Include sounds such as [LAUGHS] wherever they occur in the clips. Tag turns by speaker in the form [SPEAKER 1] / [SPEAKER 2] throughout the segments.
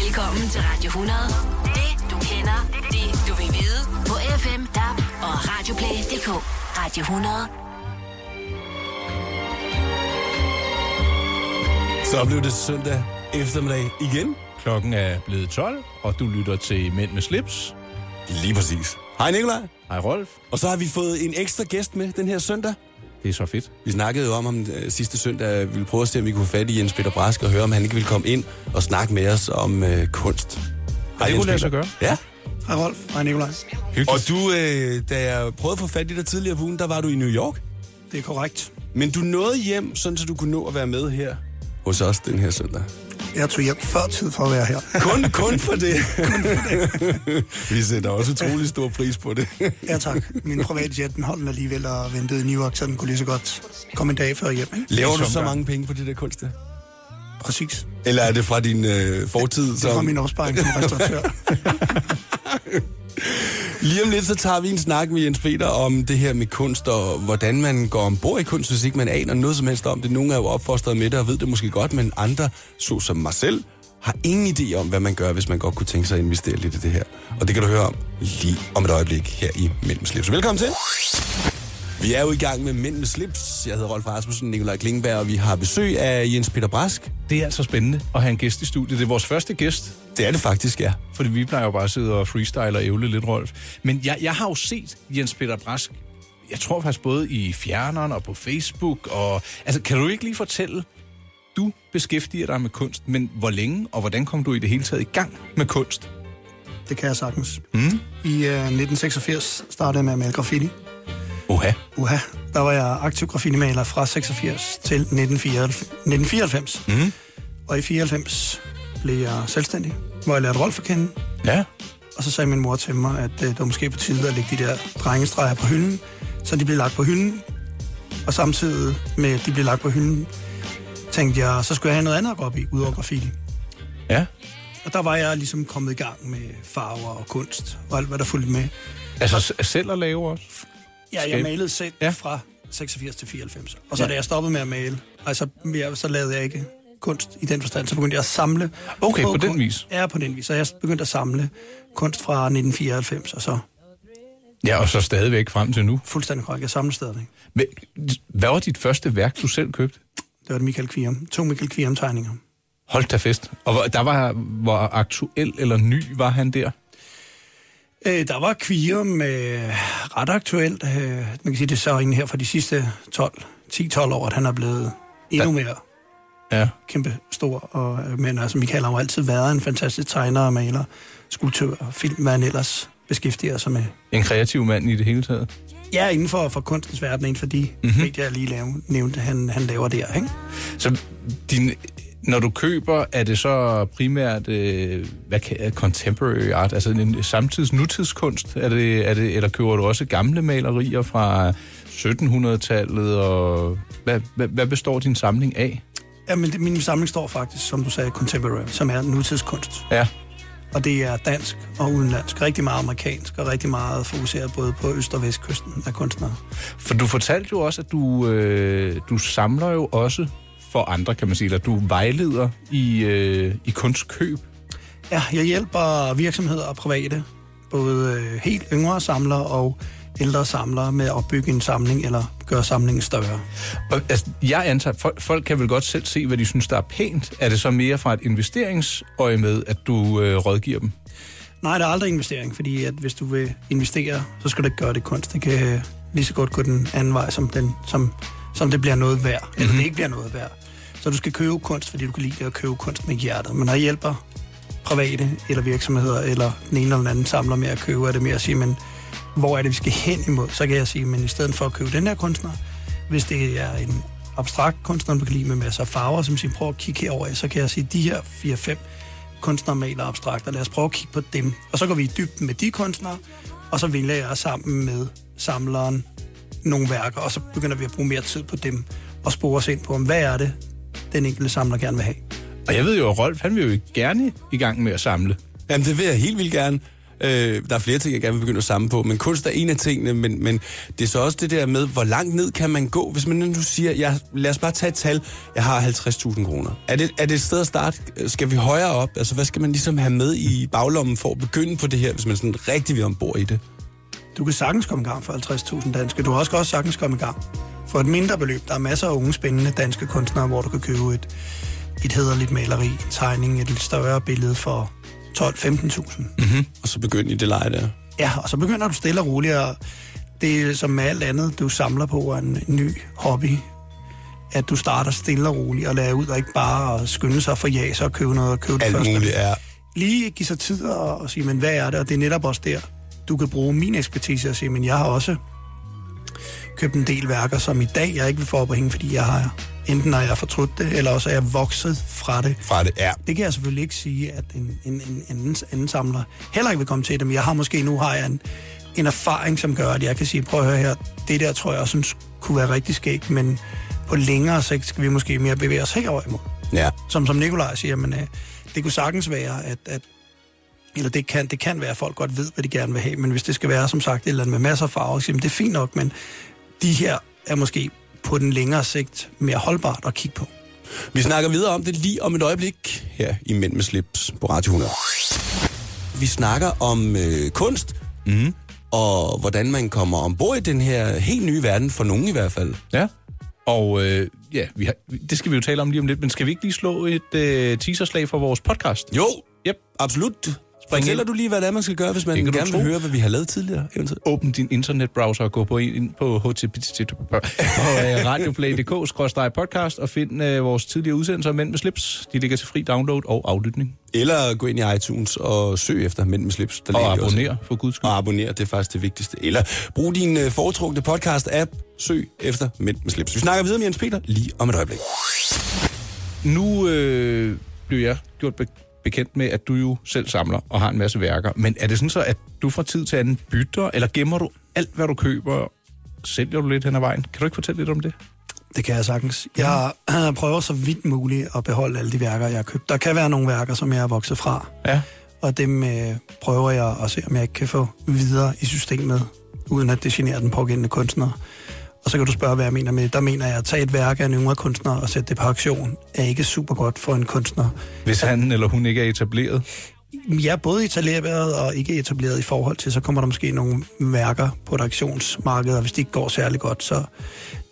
[SPEAKER 1] Velkommen til Radio 100. Det du kender, det du vil vide. På FM, DAB og Radioplay.dk. Radio 100.
[SPEAKER 2] Så blev det søndag eftermiddag igen.
[SPEAKER 3] Klokken er blevet 12, og du lytter til Mænd med slips.
[SPEAKER 2] Lige præcis. Hej Nikolaj.
[SPEAKER 3] Hej Rolf.
[SPEAKER 2] Og så har vi fået en ekstra gæst med den her søndag.
[SPEAKER 3] Det er så fedt.
[SPEAKER 2] Vi snakkede jo om, om øh, sidste søndag at vi ville prøve at se, om vi kunne få fat i Jens Peter Brask og høre, om han ikke ville komme ind og snakke med os om øh, kunst. Hej,
[SPEAKER 3] kunne
[SPEAKER 2] Jens
[SPEAKER 3] lade sig
[SPEAKER 2] Peter. Ja.
[SPEAKER 4] Hej Rolf. Hej Nikolaj.
[SPEAKER 2] Og du, øh, da jeg prøvede at få fat i dig tidligere på ugen, der var du i New York.
[SPEAKER 4] Det er korrekt.
[SPEAKER 2] Men du nåede hjem, sådan så du kunne nå at være med her hos os den her søndag.
[SPEAKER 4] Jeg tog hjem før tid for at være her.
[SPEAKER 2] Kun, [LAUGHS] kun for det. [LAUGHS] vi sætter også utrolig stor pris på det.
[SPEAKER 4] Ja tak. Min private jet, den holdt den alligevel og ventede i New York, så den kunne lige så godt komme en dag før hjem. Ikke?
[SPEAKER 2] Laver du
[SPEAKER 3] Som
[SPEAKER 2] så
[SPEAKER 3] gør.
[SPEAKER 2] mange penge på det der kunst der?
[SPEAKER 4] Præcis.
[SPEAKER 2] Eller er det fra din øh, fortid?
[SPEAKER 4] Det var min opsparing som restauratør.
[SPEAKER 2] Lige om lidt, så tager vi en snak med Jens Peter om det her med kunst, og hvordan man går ombord i kunst, hvis ikke man aner noget som helst om det. Nogle er jo opfostret med det og ved det måske godt, men andre, såsom mig selv, har ingen idé om, hvad man gør, hvis man godt kunne tænke sig at investere lidt i det her. Og det kan du høre om lige om et øjeblik her i Mænd med slips. Så velkommen til! Vi er jo i gang med Mænd med slips. Jeg hedder Rolf Rasmussen, Nikolaj Klingberg, og vi har besøg af Jens Peter Brask.
[SPEAKER 3] Det er altså spændende at have en gæst i studiet. Det er vores første gæst,
[SPEAKER 2] Det er det faktisk, ja.
[SPEAKER 3] fordi vi plejer jo bare at sidde og freestyle og ævle lidt, Rolf. Men jeg, jeg har jo set Jens Peter Brask, jeg tror faktisk både i fjerneren og på Facebook. Og, altså, kan du ikke lige fortælle, du beskæftiger dig med kunst, men hvor længe og hvordan kom du i det hele taget i gang med kunst?
[SPEAKER 4] Det kan jeg sagtens. Mm. I uh, 1986 startede jeg med at male graffiti.
[SPEAKER 3] Oha.
[SPEAKER 4] Uha, der var jeg aktiv graffitimaler fra 86 til 1994. 1994. Mm. Og i 94 blev jeg selvstændig, hvor jeg lærte Rolf at kende.
[SPEAKER 3] Ja.
[SPEAKER 4] Og så sagde min mor til mig, at øh, det var måske på tide at lægge de der drengestreger på hylden. Så de blev lagt på hylden. Og samtidig med, at de blev lagt på hylden, tænkte jeg, så skulle jeg have noget andet at gå op i, udover graffiti.
[SPEAKER 3] Ja.
[SPEAKER 4] Og der var jeg ligesom kommet i gang med farver og kunst og alt, hvad der fulgte med.
[SPEAKER 3] Altså s- selv at lave også?
[SPEAKER 4] Ja, jeg
[SPEAKER 3] Skægt.
[SPEAKER 4] malede selv
[SPEAKER 3] Ja.
[SPEAKER 4] ja. fra 86 til 94. Og så
[SPEAKER 3] Ja.
[SPEAKER 4] ja. da jeg stoppede med at male, altså, jeg, så lavede jeg ikke kunst i den forstand. Så begyndte jeg at samle.
[SPEAKER 3] Okay, på
[SPEAKER 4] Både
[SPEAKER 3] den
[SPEAKER 4] kun-
[SPEAKER 3] vis.
[SPEAKER 4] Ja, på den vis. Så jeg begyndte at samle kunst fra 1994, og så
[SPEAKER 3] Ja, og så stadigvæk frem til nu.
[SPEAKER 4] fuldstændig korrekt. Jeg samler stadigvæk.
[SPEAKER 3] Men, hvad var dit første værk, du selv købte?
[SPEAKER 4] Det var det Michael Kvium. To Michael Kvium-tegninger.
[SPEAKER 3] Hold da fest. Og hvor- der var, hvor aktuel eller ny var han der?
[SPEAKER 4] Øh, der var Kvium øh, ret aktuelt. Øh, man kan sige, det er så en her fra de sidste 12, 10-12 år, at han er blevet endnu mere
[SPEAKER 3] Ja.
[SPEAKER 4] kæmpe stor. Og, øh, men altså, Michael har jo altid været en fantastisk tegner og maler, skulptør og film, hvad han ellers beskæftiger sig med.
[SPEAKER 3] En kreativ mand i det hele taget.
[SPEAKER 4] Ja, inden for, for kunstens verden, inden for de mm-hmm. medier, jeg lige lave, nævnte, han, han laver der, ikke?
[SPEAKER 3] Så din, når du køber, er det så primært øh, hvad kan, contemporary art, altså en samtids nutidskunst? Er det, er det, eller køber du også gamle malerier fra 1700-tallet? Og hvad, hvad, hvad består din samling af?
[SPEAKER 4] Jamen, det, min samling står faktisk, som du sagde, contemporary, som er nutidskunst.
[SPEAKER 3] Ja.
[SPEAKER 4] Og det er dansk og udenlandsk, rigtig meget amerikansk og rigtig meget fokuseret både på øst- og vestkysten af kunstnere.
[SPEAKER 3] For du fortalte jo også, at du, øh, du samler jo også for andre, kan man sige, eller du vejleder i, øh, i kunstkøb.
[SPEAKER 4] Ja, jeg hjælper virksomheder og private, både øh, helt yngre samlere og ældre samlere med at opbygge en samling eller gøre samlingen større.
[SPEAKER 3] Og, altså, jeg antager, folk, folk kan vel godt selv se, hvad de synes, der er pænt. Er det så mere fra et investeringsøje med, at du øh, rådgiver dem?
[SPEAKER 4] Nej, der er aldrig investering, fordi at hvis du vil investere, så skal du ikke gøre det i kunst. Det kan øh, lige så godt gå den anden vej, som, den, som, som det bliver noget værd, eller det ikke bliver noget værd. Så du skal købe kunst, fordi du kan lide at købe kunst med hjertet. Men når jeg hjælper private eller virksomheder, eller den ene eller den anden samler med at købe, er det mere at sige, men hvor er det, vi skal hen imod? Så kan jeg sige, men i stedet for at købe den her kunstner, hvis det er en abstrakt kunstner, du kan lide med masser af farver, som siger, prøv at kigge herover, så kan jeg sige, de her 4-5 kunstnere maler abstrakt, og lad os prøve at kigge på dem. Og så går vi i dybden med de kunstnere, og så vælger jeg sammen med samleren nogle værker, og så begynder vi at bruge mere tid på dem, og spore os ind på, hvad er det, den enkelte samler gerne vil have.
[SPEAKER 3] Og jeg ved jo, at Rolf, han vil jo gerne i gang med at samle.
[SPEAKER 2] Jamen, det vil jeg helt vildt gerne. Øh, Øh, der er flere ting, jeg gerne vil begynde at samle på, men kunst er en af tingene, men, men det er så også det der med, hvor langt ned kan man gå, hvis man nu siger, jeg, lad os bare tage et tal, jeg har 50.000 kroner. Er det, er det et sted at starte? Skal vi højere op? Altså, hvad skal man ligesom have med i baglommen for at begynde på det her, hvis man sådan rigtig vil ombord i det?
[SPEAKER 4] Du kan sagtens komme i gang for 50.000 danske. Du har også også sagtens komme i gang for et mindre beløb. Der er masser af unge spændende danske kunstnere, hvor du kan købe et, et hederligt maleri, en tegning, et lidt større billede for 12-15.000. Mm.
[SPEAKER 2] Og så begynde i det leje der.
[SPEAKER 4] Ja, og så begynder du stille og roligt, og det er som med alt andet, du samler på er en ny hobby, at du starter stille og roligt og lader ud, og ikke bare at skynde sig for ja, så købe noget og købe det
[SPEAKER 2] Alt
[SPEAKER 4] første
[SPEAKER 2] muligt er
[SPEAKER 4] lige give sig tid og, og sige, men hvad er det? Og det er netop også der, du kan bruge min ekspertise og sige, men jeg har også købt en del værker, som i dag jeg ikke vil få op at hænge, fordi jeg har enten har jeg fortrudt det, eller også er jeg vokset fra det.
[SPEAKER 2] fra det. Ja,
[SPEAKER 4] Det kan jeg selvfølgelig ikke sige, at en, en, en anden, anden samler heller ikke vil komme til det, men jeg har måske nu har jeg en, en erfaring, som gør, at jeg kan sige, prøv at høre her, det der tror jeg også synes, kunne være rigtig skægt, men på længere sigt skal vi måske mere bevæge os herover imod
[SPEAKER 2] ja.
[SPEAKER 4] som, som Nikolaj siger, men, øh, det kunne sagtens være, at, at eller det kan, det kan være, at folk godt ved, hvad de gerne vil have, men hvis det skal være, som sagt, et eller andet med masser af farver, så, jamen, det er fint nok, men de her er måske på den længere sigt mere holdbart at kigge på.
[SPEAKER 2] Vi snakker videre om det lige om et øjeblik her i Mænd med slips på Radio 100. Vi snakker om øh, kunst, mm. og hvordan man kommer ombord i den her helt nye verden, for nogen i hvert fald.
[SPEAKER 3] Ja. Og øh, ja, vi har, det skal vi jo tale om lige om lidt, men skal vi ikke lige slå et øh, teaserslag for vores podcast?
[SPEAKER 2] Jo,
[SPEAKER 3] Yep.
[SPEAKER 2] absolut. Fortæller du lige, hvad det er, man skal gøre, hvis man
[SPEAKER 3] Det kan du
[SPEAKER 2] gerne vil
[SPEAKER 3] tro.
[SPEAKER 2] høre, hvad vi har lavet tidligere? Eventuelt.
[SPEAKER 3] Åbn din internetbrowser og gå på ind på http på øh, radioplay.dk-podcast og find øh, vores tidligere udsendelser af Mænd med slips. De ligger til fri download og aflytning.
[SPEAKER 2] Eller gå ind i iTunes og søg efter Mænd med slips. Der
[SPEAKER 3] Og
[SPEAKER 2] ligger de også.
[SPEAKER 3] abonner, for guds skyld.
[SPEAKER 2] Og abonner, det er faktisk det vigtigste. Eller brug din øh, foretrukne podcast-app, søg efter Mænd med slips. Vi snakker videre med Jens Peter lige om et øjeblik.
[SPEAKER 3] Nu øh, blev jeg gjort be- bekendt med, at du jo selv samler og har en masse værker. Men er det sådan så, at du fra tid til anden bytter, eller gemmer du alt, hvad du køber? Sælger du lidt hen ad vejen? Kan du ikke fortælle lidt om det?
[SPEAKER 4] Det kan jeg sagtens. Jeg [CLEARS THROAT] øh, prøver så vidt muligt at beholde alle de værker, jeg har købt. Der kan være nogle værker, som jeg er vokset fra,
[SPEAKER 3] Ja.
[SPEAKER 4] og dem øh, prøver jeg at se, om jeg ikke kan få videre i systemet, uden at det generer den pågældende kunstner. Og så kan du spørge, hvad jeg mener med det. Der mener jeg, at tage et værk af en yngre kunstner og sætte det på auktion, er ikke super godt for en kunstner.
[SPEAKER 3] Hvis han eller hun ikke er etableret.
[SPEAKER 4] Jeg er både etableret og ikke etableret i forhold til, så kommer der måske nogle værker på et auktionsmarked, og hvis de ikke går særlig godt, så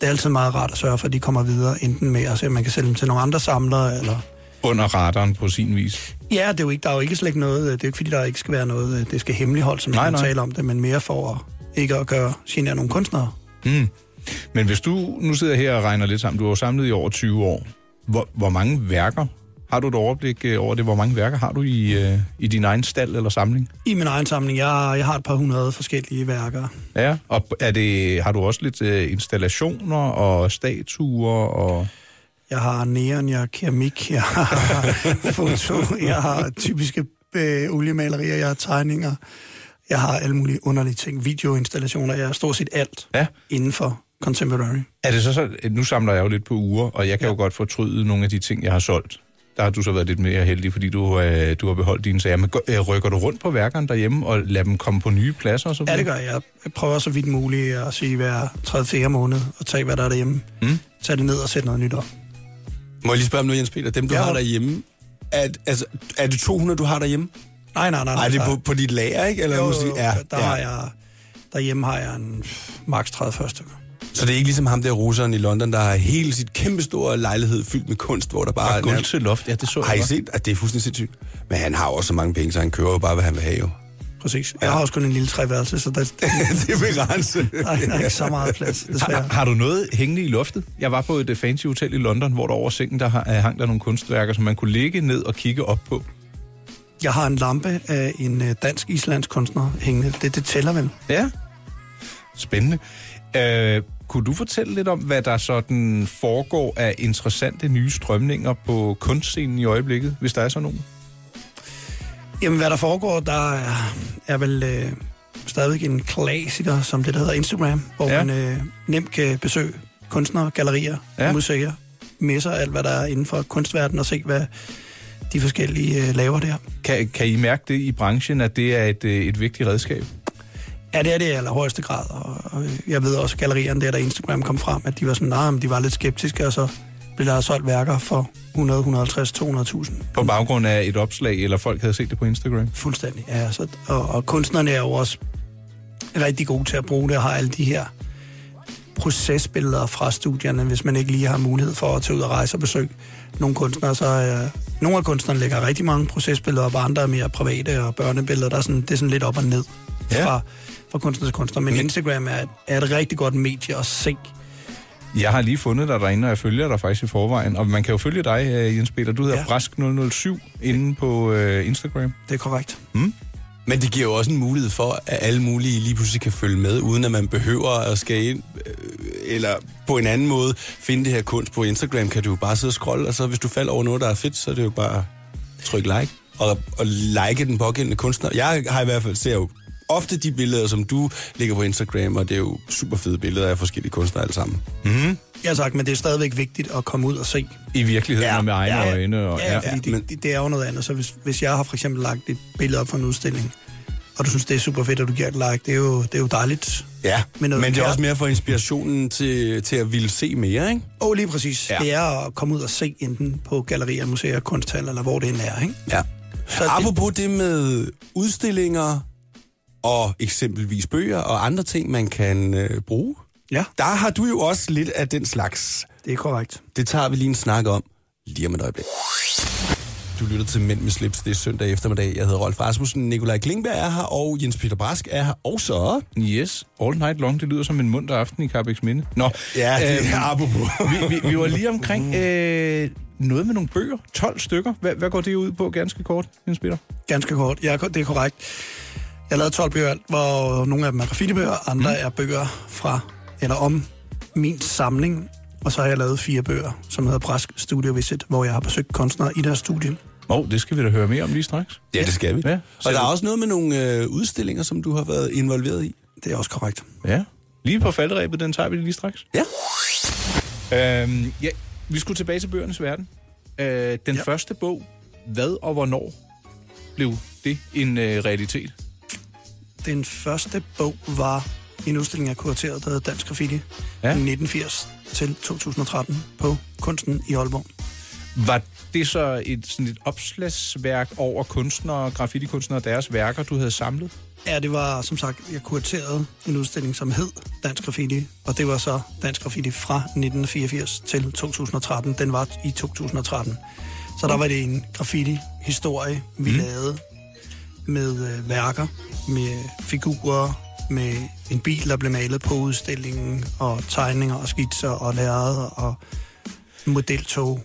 [SPEAKER 4] det er altid meget rart at sørge for, at de kommer videre, enten med at se, om man kan sælge dem til nogle andre samlere, eller
[SPEAKER 3] Under radaren på sin vis.
[SPEAKER 4] Ja, det er jo ikke, der er jo ikke slet ikke noget, øh, det er jo ikke fordi, der ikke skal være noget, øh, det skal hemmeligholdes, som
[SPEAKER 3] Nej,
[SPEAKER 4] nej,
[SPEAKER 3] nej.
[SPEAKER 4] nej. tale om det, men mere for at, ikke at gøre genere nogle kunstnere.
[SPEAKER 3] Men hvis du nu sidder her og regner lidt sammen, du har jo samlet i over 20 år. Hvor, hvor mange værker har du et overblik øh, over det? Hvor mange værker har du i, øh, i din egen stald eller samling?
[SPEAKER 4] I min egen samling, jeg, jeg har et par hundrede forskellige værker.
[SPEAKER 3] Ja, og er det, har du også lidt øh, installationer og statuer og...
[SPEAKER 4] Jeg har neon, jeg har keramik, jeg har [LAUGHS] foto, jeg har typiske øh, oliemalerier, jeg har tegninger, jeg har alle mulige underlige ting, videoinstallationer, jeg har stort set alt
[SPEAKER 3] Ja.
[SPEAKER 4] inden for contemporary.
[SPEAKER 3] Er det så, så nu samler jeg jo lidt på uger, og jeg kan ja. jo godt fortryde nogle af de ting, jeg har solgt. Der har du så været lidt mere heldig, fordi du, øh, du har beholdt dine sager. Men gør- øh, rykker du rundt på værkerne derhjemme og lader dem komme på nye pladser? Og så
[SPEAKER 4] Ja,
[SPEAKER 3] videre?
[SPEAKER 4] det gør jeg. Jeg prøver så vidt muligt at sige hver 3-4 måned og tage, hvad der er derhjemme. Mm. Tage det ned og sætte noget nyt op.
[SPEAKER 2] Må jeg lige spørge om noget, Jens Peter? Dem, du ja.
[SPEAKER 4] Ja.
[SPEAKER 2] har derhjemme, er, altså, er det 200, du har derhjemme?
[SPEAKER 4] Nej, nej, nej.
[SPEAKER 2] Nej, det er
[SPEAKER 4] der-
[SPEAKER 2] på, på dit lager, ikke? Eller
[SPEAKER 4] jo,
[SPEAKER 2] måske,
[SPEAKER 4] jo,
[SPEAKER 2] ja,
[SPEAKER 4] ja, der
[SPEAKER 2] ja.
[SPEAKER 4] ja. har jeg... Derhjemme har jeg en maks 30 stykker.
[SPEAKER 2] Så det er ikke ligesom ham der russeren i London, der har hele sit kæmpestore lejlighed fyldt med kunst, hvor der bare...
[SPEAKER 3] Og gulv
[SPEAKER 2] nærmest-
[SPEAKER 3] til loft, ja, det så jeg
[SPEAKER 2] Har I
[SPEAKER 3] godt.
[SPEAKER 2] set, at det er fuldstændig sindssygt? Men han har jo også så mange penge, så han kører jo bare, hvad han vil have jo. [LAUGHS]
[SPEAKER 4] Præcis. Jeg har også kun en lille treværelse, så der,
[SPEAKER 2] det er begrænset.
[SPEAKER 4] der, der er ikke så meget plads, desværre.
[SPEAKER 3] Har, har du noget hængende i loftet? Jeg var på et øh, fancy hotel i London, hvor der over sengen der hang- øh, hang der nogle kunstværker, som man kunne ligge ned og kigge op på.
[SPEAKER 4] Jeg har en lampe af en øh, dansk-islandsk kunstner hængende. Det, det tæller vel.
[SPEAKER 3] Ja. Spændende. Øh, kunne du fortælle lidt om, hvad der sådan foregår af interessante nye strømninger på kunstscenen i øjeblikket, hvis der er sådan nogen?
[SPEAKER 4] Jamen, hvad der foregår, der er, er vel øh, stadigvæk en klassiker, som det der hedder Instagram, hvor
[SPEAKER 3] Ja.
[SPEAKER 4] ja. man øh, nemt kan besøge kunstnere, gallerier,
[SPEAKER 3] Ja.
[SPEAKER 4] ja. museer, messer, alt hvad der er inden for kunstverdenen, og se, hvad de forskellige øh, laver der.
[SPEAKER 3] Kan, kan I mærke det i branchen, at det er et, øh, et vigtigt redskab?
[SPEAKER 4] Ja, det er det i allerhøjeste grad, og, og jeg ved også, at gallerierne der, da Instagram kom frem, at de var sådan, nej, nah, men de var lidt skeptiske, og så blev der solgt værker for 100, 150, 200.000.
[SPEAKER 3] På baggrund af et opslag, eller folk havde set det på Instagram?
[SPEAKER 4] Fuldstændig, ja. Så, og, og kunstnerne er jo også rigtig gode til at bruge det, og har alle de her procesbilleder fra studierne, hvis man ikke lige har mulighed for at tage ud og rejse og besøge nogle kunstnere. Så, øh, nogle af kunstnerne lægger rigtig mange procesbilleder op, og andre er mere private og børnebilleder. Der er sådan, det er sådan lidt op og ned
[SPEAKER 3] Ja.
[SPEAKER 4] ja. fra, fra kunstner til kunstner. Men Instagram er, et- er et rigtig godt medie at se.
[SPEAKER 3] Jeg har lige fundet dig derinde, og jeg følger dig faktisk i forvejen. Og man kan jo følge dig, øh, Jens Peter. Du hedder ja.
[SPEAKER 4] Ja.
[SPEAKER 3] Brask007 inde på øh, Instagram.
[SPEAKER 4] Det er korrekt.
[SPEAKER 2] Men det giver jo også en mulighed for, at alle mulige lige pludselig kan følge med, uden at man behøver at skal ind, øh, eller på en anden måde finde det her kunst på Instagram, kan du jo bare sidde og scrolle, og så hvis du falder over noget, der er fedt, så er det jo bare tryk like, og, og like den pågældende kunstner. Jeg har i hvert fald, ser jo ofte de billeder, som du lægger på Instagram, og det er jo super fede billeder af forskellige kunstnere alle sammen.
[SPEAKER 4] Jeg sagt, men det er stadigvæk vigtigt at komme ud og se.
[SPEAKER 3] I virkeligheden ja. og med egne ja. øjne. Og,
[SPEAKER 4] ja, ja, fordi
[SPEAKER 2] men-
[SPEAKER 4] det, det, det er jo noget andet. Så hvis, hvis jeg har for eksempel lagt et billede op for en udstilling, og du synes, det er super fedt, og du giver et like, det er jo, det er jo dejligt.
[SPEAKER 2] Ja,
[SPEAKER 4] Med
[SPEAKER 2] men,
[SPEAKER 4] noget
[SPEAKER 2] men det er
[SPEAKER 4] kærlighed.
[SPEAKER 2] også mere for inspirationen til, til at ville se mere, ikke?
[SPEAKER 4] Åh, oh, lige præcis.
[SPEAKER 2] Ja.
[SPEAKER 4] Ja. Det er at komme ud og se, enten på gallerier, museer, kunsthaller, eller hvor det end er, ikke?
[SPEAKER 2] Ja.
[SPEAKER 4] det-
[SPEAKER 2] Apropos det med udstillinger og eksempelvis bøger og andre ting, man kan øh, bruge,
[SPEAKER 4] Ja,
[SPEAKER 2] der har du jo også lidt af den slags.
[SPEAKER 4] det er korrekt.
[SPEAKER 2] Det tager vi lige en snak om lige om et øjeblik. Du lytter til Mænd med slips, det er søndag eftermiddag. Jeg hedder Rolf Rasmussen, Nikolaj Klingberg er her, og Jens Peter Brask er her også.
[SPEAKER 3] Yes, All Night Long, det lyder som en munter aften i Carbex Minde. Nå,
[SPEAKER 2] Ja, det
[SPEAKER 3] øhm,
[SPEAKER 2] er apropos.
[SPEAKER 3] vi, vi, vi var lige omkring øh, noget med nogle bøger, 12 stykker. Hvad, hvad går det ud på ganske kort, Jens Peter?
[SPEAKER 4] Ganske kort. Ja, det er korrekt. Jeg lavede 12 bøger, hvor nogle af dem er graffitibøger, andre mm. er bøger fra eller om min samling. Og så har jeg lavet fire bøger, som hedder Brask Studio Visit, hvor jeg har besøgt kunstnere i deres studie.
[SPEAKER 3] Åh, oh, det skal vi da høre mere om lige straks.
[SPEAKER 2] [LAUGHS] Ja, det skal vi.
[SPEAKER 3] Ja.
[SPEAKER 2] Og der er også noget med nogle øh, udstillinger, som du har været involveret i.
[SPEAKER 4] Det er også korrekt.
[SPEAKER 3] Ja, lige på falderæbet, den tager vi lige straks.
[SPEAKER 2] Ja.
[SPEAKER 3] Øhm, ja, vi skulle tilbage til bøgernes verden. Øh, den ja.
[SPEAKER 4] Ja.
[SPEAKER 3] første bog, Hvad og Hvornår, blev det en øh, realitet?
[SPEAKER 4] Den første bog var en udstilling, jeg kuraterede, der hedder Dansk Graffiti,
[SPEAKER 3] Ja.
[SPEAKER 4] ja. 1980 til 2013 på Kunsten i Aalborg.
[SPEAKER 3] Var det så et, sådan et opslagsværk over kunstnere, graffitikunstnere og deres værker, du havde samlet?
[SPEAKER 4] Ja, det var som sagt, jeg kuraterede en udstilling, som hed Dansk Graffiti, og det var så Dansk Graffiti fra 1984 til 2013. Den var i 2013. Så der var det en graffiti-historie, vi mm. lavede med øh, værker, med figurer, med en bil, der blev malet på udstillingen, og tegninger og skitser og lærreder og modeltog.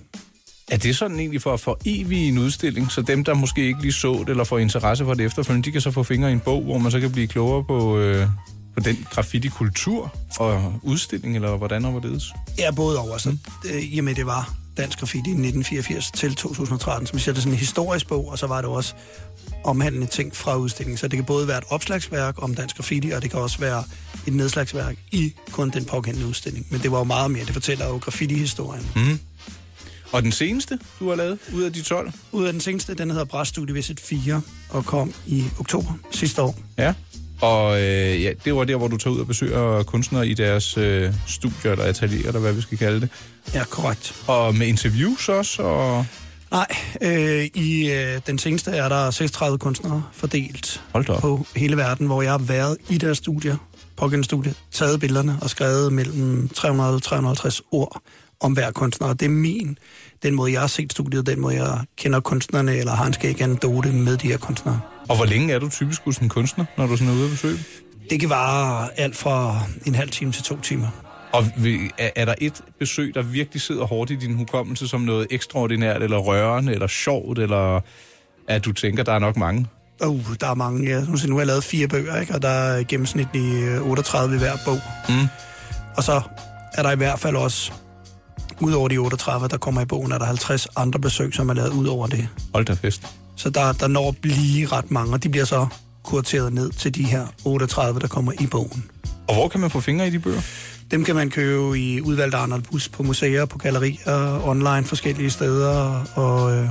[SPEAKER 3] Er det sådan egentlig for at få evig en udstilling, så dem, der måske ikke lige så det eller får interesse for det efterfølgende, de kan så få fingre i en bog, hvor man så kan blive klogere på, øh, på den graffiti-kultur og udstilling, eller hvordan og hvorledes?
[SPEAKER 4] Ja, både over. Så, øh, I og med det var Dansk Graffiti i 1984 til 2013, som siger, det er sådan en historisk bog, og så var det også omhandlende ting fra udstillingen. Så det kan både være et opslagsværk om Dansk Graffiti, og det kan også være et nedslagsværk i kun den pågældende udstilling. Men det var jo meget mere. Det fortæller jo graffiti-historien. Mm.
[SPEAKER 3] Og den seneste, du har lavet ud af de 12?
[SPEAKER 4] Ud af den seneste, den hedder Bræstudie Visit 4, og kom i oktober sidste år.
[SPEAKER 3] Ja. Og øh, ja, det var der, hvor du tager ud og besøger kunstnere i deres øh, studier eller atelier, eller hvad vi skal kalde det.
[SPEAKER 4] Ja, korrekt.
[SPEAKER 3] Og med interviews også, og
[SPEAKER 4] Nej, øh, i øh, den seneste er der 36 kunstnere fordelt
[SPEAKER 3] Hold da op.
[SPEAKER 4] på hele verden, hvor jeg har været i deres studier, pågældende studie, taget billederne og skrevet mellem 300 og 350 ord om hver kunstner. Og det er min, den måde jeg har set studiet, den måde jeg kender kunstnerne, eller har en skæg anekdote med de her kunstnere.
[SPEAKER 3] og hvor længe er du typisk hos en kunstner, når du sådan er ude at besøge dem?
[SPEAKER 4] Det kan vare alt fra en halv time til to timer.
[SPEAKER 3] Og vil- er, er der et besøg, der virkelig sidder hårdt i din hukommelse som noget ekstraordinært, eller rørende, eller sjovt, eller at du tænker, der er nok mange?
[SPEAKER 4] Oh, der er mange. Ja. Nu siger jeg, nu har jeg lavet fire bøger, ikke? og der er gennemsnitlig øh, 38 i hver bog. Mm. Og så er der i hvert fald også, udover de 38, der kommer i bogen, er der 50 andre besøg, som er lavet ud over det.
[SPEAKER 3] Hold da fest.
[SPEAKER 4] Så der, der når at blive ret mange, og de bliver så kurateret ned til de her 38, der kommer i bogen.
[SPEAKER 3] Og hvor kan man få fingre i de bøger?
[SPEAKER 4] Dem kan man købe i udvalgte Arnold Bus på museer, på gallerier, online forskellige steder, og øh,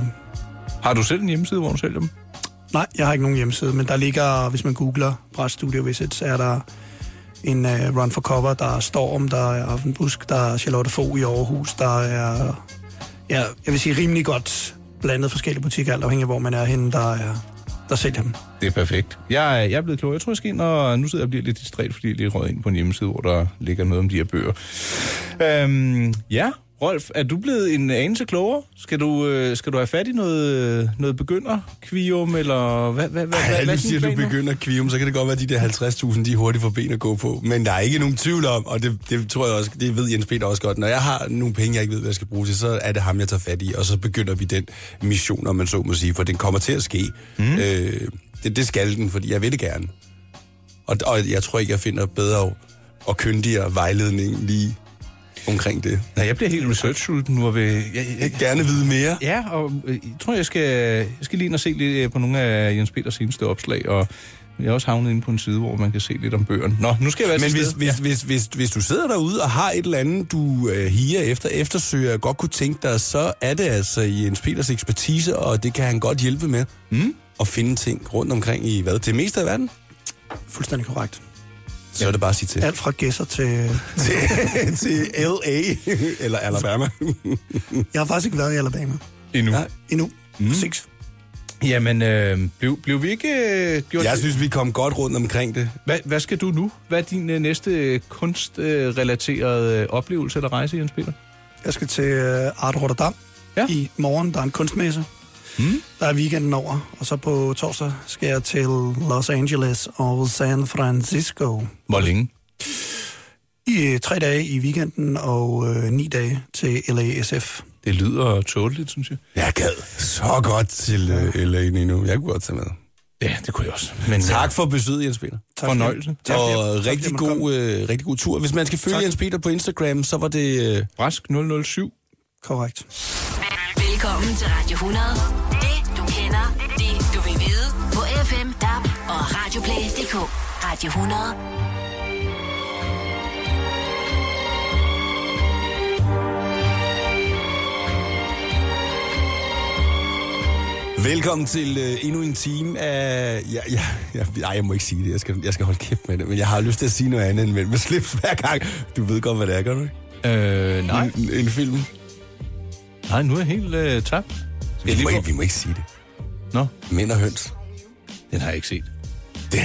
[SPEAKER 3] Har du selv en hjemmeside, hvor du sælger dem?
[SPEAKER 4] Nej, jeg har ikke nogen hjemmeside, men der ligger, hvis man googler Bræt Studio Visits, er der en uh, Run for Cover, der er Storm, der er Affenbusk, der er Charlotte Fogh i Aarhus, der er, ja, jeg vil sige rimelig godt blandet forskellige butikker, alt afhængig af hvor man er henne, der, er, der sælger dem.
[SPEAKER 3] Det er perfekt. Jeg, er- jeg er blevet klog. Jeg tror, jeg skal ind, og nu sidder jeg og bliver lidt distræt, fordi jeg lige rød ind på en hjemmeside, hvor der ligger noget om de her bøger. Øhm, ja, Rolf, er du blevet en anelse klogere? Skal du, øh, skal du have fat i noget, noget begynderkvium, eller hvad, hvad, hvad,
[SPEAKER 2] Ej,
[SPEAKER 3] hvad, hvad
[SPEAKER 2] nu
[SPEAKER 3] er din
[SPEAKER 2] siger du
[SPEAKER 3] plan nu?
[SPEAKER 2] begynder at kvium, så kan det godt være, at de der 50.000, de er hurtigt får ben at gå på. Men der er ikke nogen tvivl om, og det, det tror jeg også, det ved Jens Peter også godt. Når jeg har nogle penge, jeg ikke ved, hvad jeg skal bruge til, så er det ham, jeg tager fat i, og så begynder vi den mission, om man så må sige, for den kommer til at ske. Mm. Øh, det, det skal den, fordi jeg vil det gerne. Og, og jeg tror ikke, jeg finder bedre og kyndigere vejledning lige omkring det.
[SPEAKER 3] Nej, jeg bliver helt research-sulten nu, og vil, jeg, jeg,
[SPEAKER 2] Jeg vil gerne vide mere.
[SPEAKER 3] Ja, og øh, jeg tror, jeg skal, jeg skal lige ind og se lidt øh, på nogle af Jens Peters seneste opslag, og jeg er også havnet inde på en side, hvor man kan se lidt om bøgerne. Nå, nu skal jeg være
[SPEAKER 2] Men
[SPEAKER 3] til
[SPEAKER 2] hvis,
[SPEAKER 3] stede.
[SPEAKER 2] hvis, hvis, hvis, hvis du sidder derude og har et eller andet, du øh, higer efter, eftersøger, og godt kunne tænke dig, så er det altså Jens Peters ekspertise, og det kan han godt hjælpe med. Mm. At finde ting rundt omkring i hvad? Det meste af verden?
[SPEAKER 4] Fuldstændig korrekt.
[SPEAKER 2] Så er det bare at sige til.
[SPEAKER 4] Alt fra gæsser til...
[SPEAKER 2] til, til L.A. [LAUGHS] eller Alabama.
[SPEAKER 4] Jeg har faktisk ikke været i Alabama
[SPEAKER 3] Endnu.
[SPEAKER 2] Nej.
[SPEAKER 4] endnu. Mm. Seks.
[SPEAKER 3] Jamen, øh, blev, blev vi ikke øh, gjort...
[SPEAKER 2] Jeg synes, vi kom godt rundt omkring det.
[SPEAKER 3] Hvad, hvad skal du nu? Hvad er din øh, næste øh, kunstrelaterede øh, oplevelse eller rejse, Jens Peter?
[SPEAKER 4] Jeg skal til øh, Art Rotterdam
[SPEAKER 3] Ja.
[SPEAKER 4] ja. i morgen. Der er en kunstmesse. Mm. Der er weekenden over. Og så på torsdag skal jeg til Los Angeles og San Francisco.
[SPEAKER 3] Hvor længe?
[SPEAKER 4] I øh, tre dage i weekenden og øh, ni dage til LASF.
[SPEAKER 3] Det lyder tåligt, synes jeg.
[SPEAKER 2] Jeg gad så godt til øh, L.A. lige nu. Jeg kunne godt tage med.
[SPEAKER 3] Ja, det kunne jeg også. Men, øh,
[SPEAKER 2] Tak for besøget, Jens Peter.
[SPEAKER 4] Tak
[SPEAKER 3] Fornøjelse.
[SPEAKER 4] Tak for jer.
[SPEAKER 2] og
[SPEAKER 4] Tak,
[SPEAKER 2] rigtig
[SPEAKER 4] fordi jeg måtte
[SPEAKER 2] god, øh, rigtig god tur. Hvis man skal følge
[SPEAKER 4] Tak.
[SPEAKER 2] Jens Peter på Instagram, så var det... Øh,
[SPEAKER 3] Brask 007.
[SPEAKER 4] Korrekt.
[SPEAKER 1] Velkommen til Radio 100. Det du kender, det du vil vide. På FM, DAB og Radioplay.dk. Radio 100.
[SPEAKER 2] Velkommen til øh, endnu en time af... Ja, ja, ja, ej, jeg må ikke sige det. Jeg skal, jeg skal holde kæft med det. Men jeg har lyst til at sige noget andet end mænd med slips hver gang. Du ved godt, hvad det er, gør du ikke?
[SPEAKER 3] Øh, nej.
[SPEAKER 2] En, en film.
[SPEAKER 3] nej, nu er jeg helt øh, tabt.
[SPEAKER 2] Vi må, ikke, vi må ikke sige det.
[SPEAKER 3] Nå,
[SPEAKER 2] Mænd og høns.
[SPEAKER 3] den har jeg ikke set.
[SPEAKER 2] Det,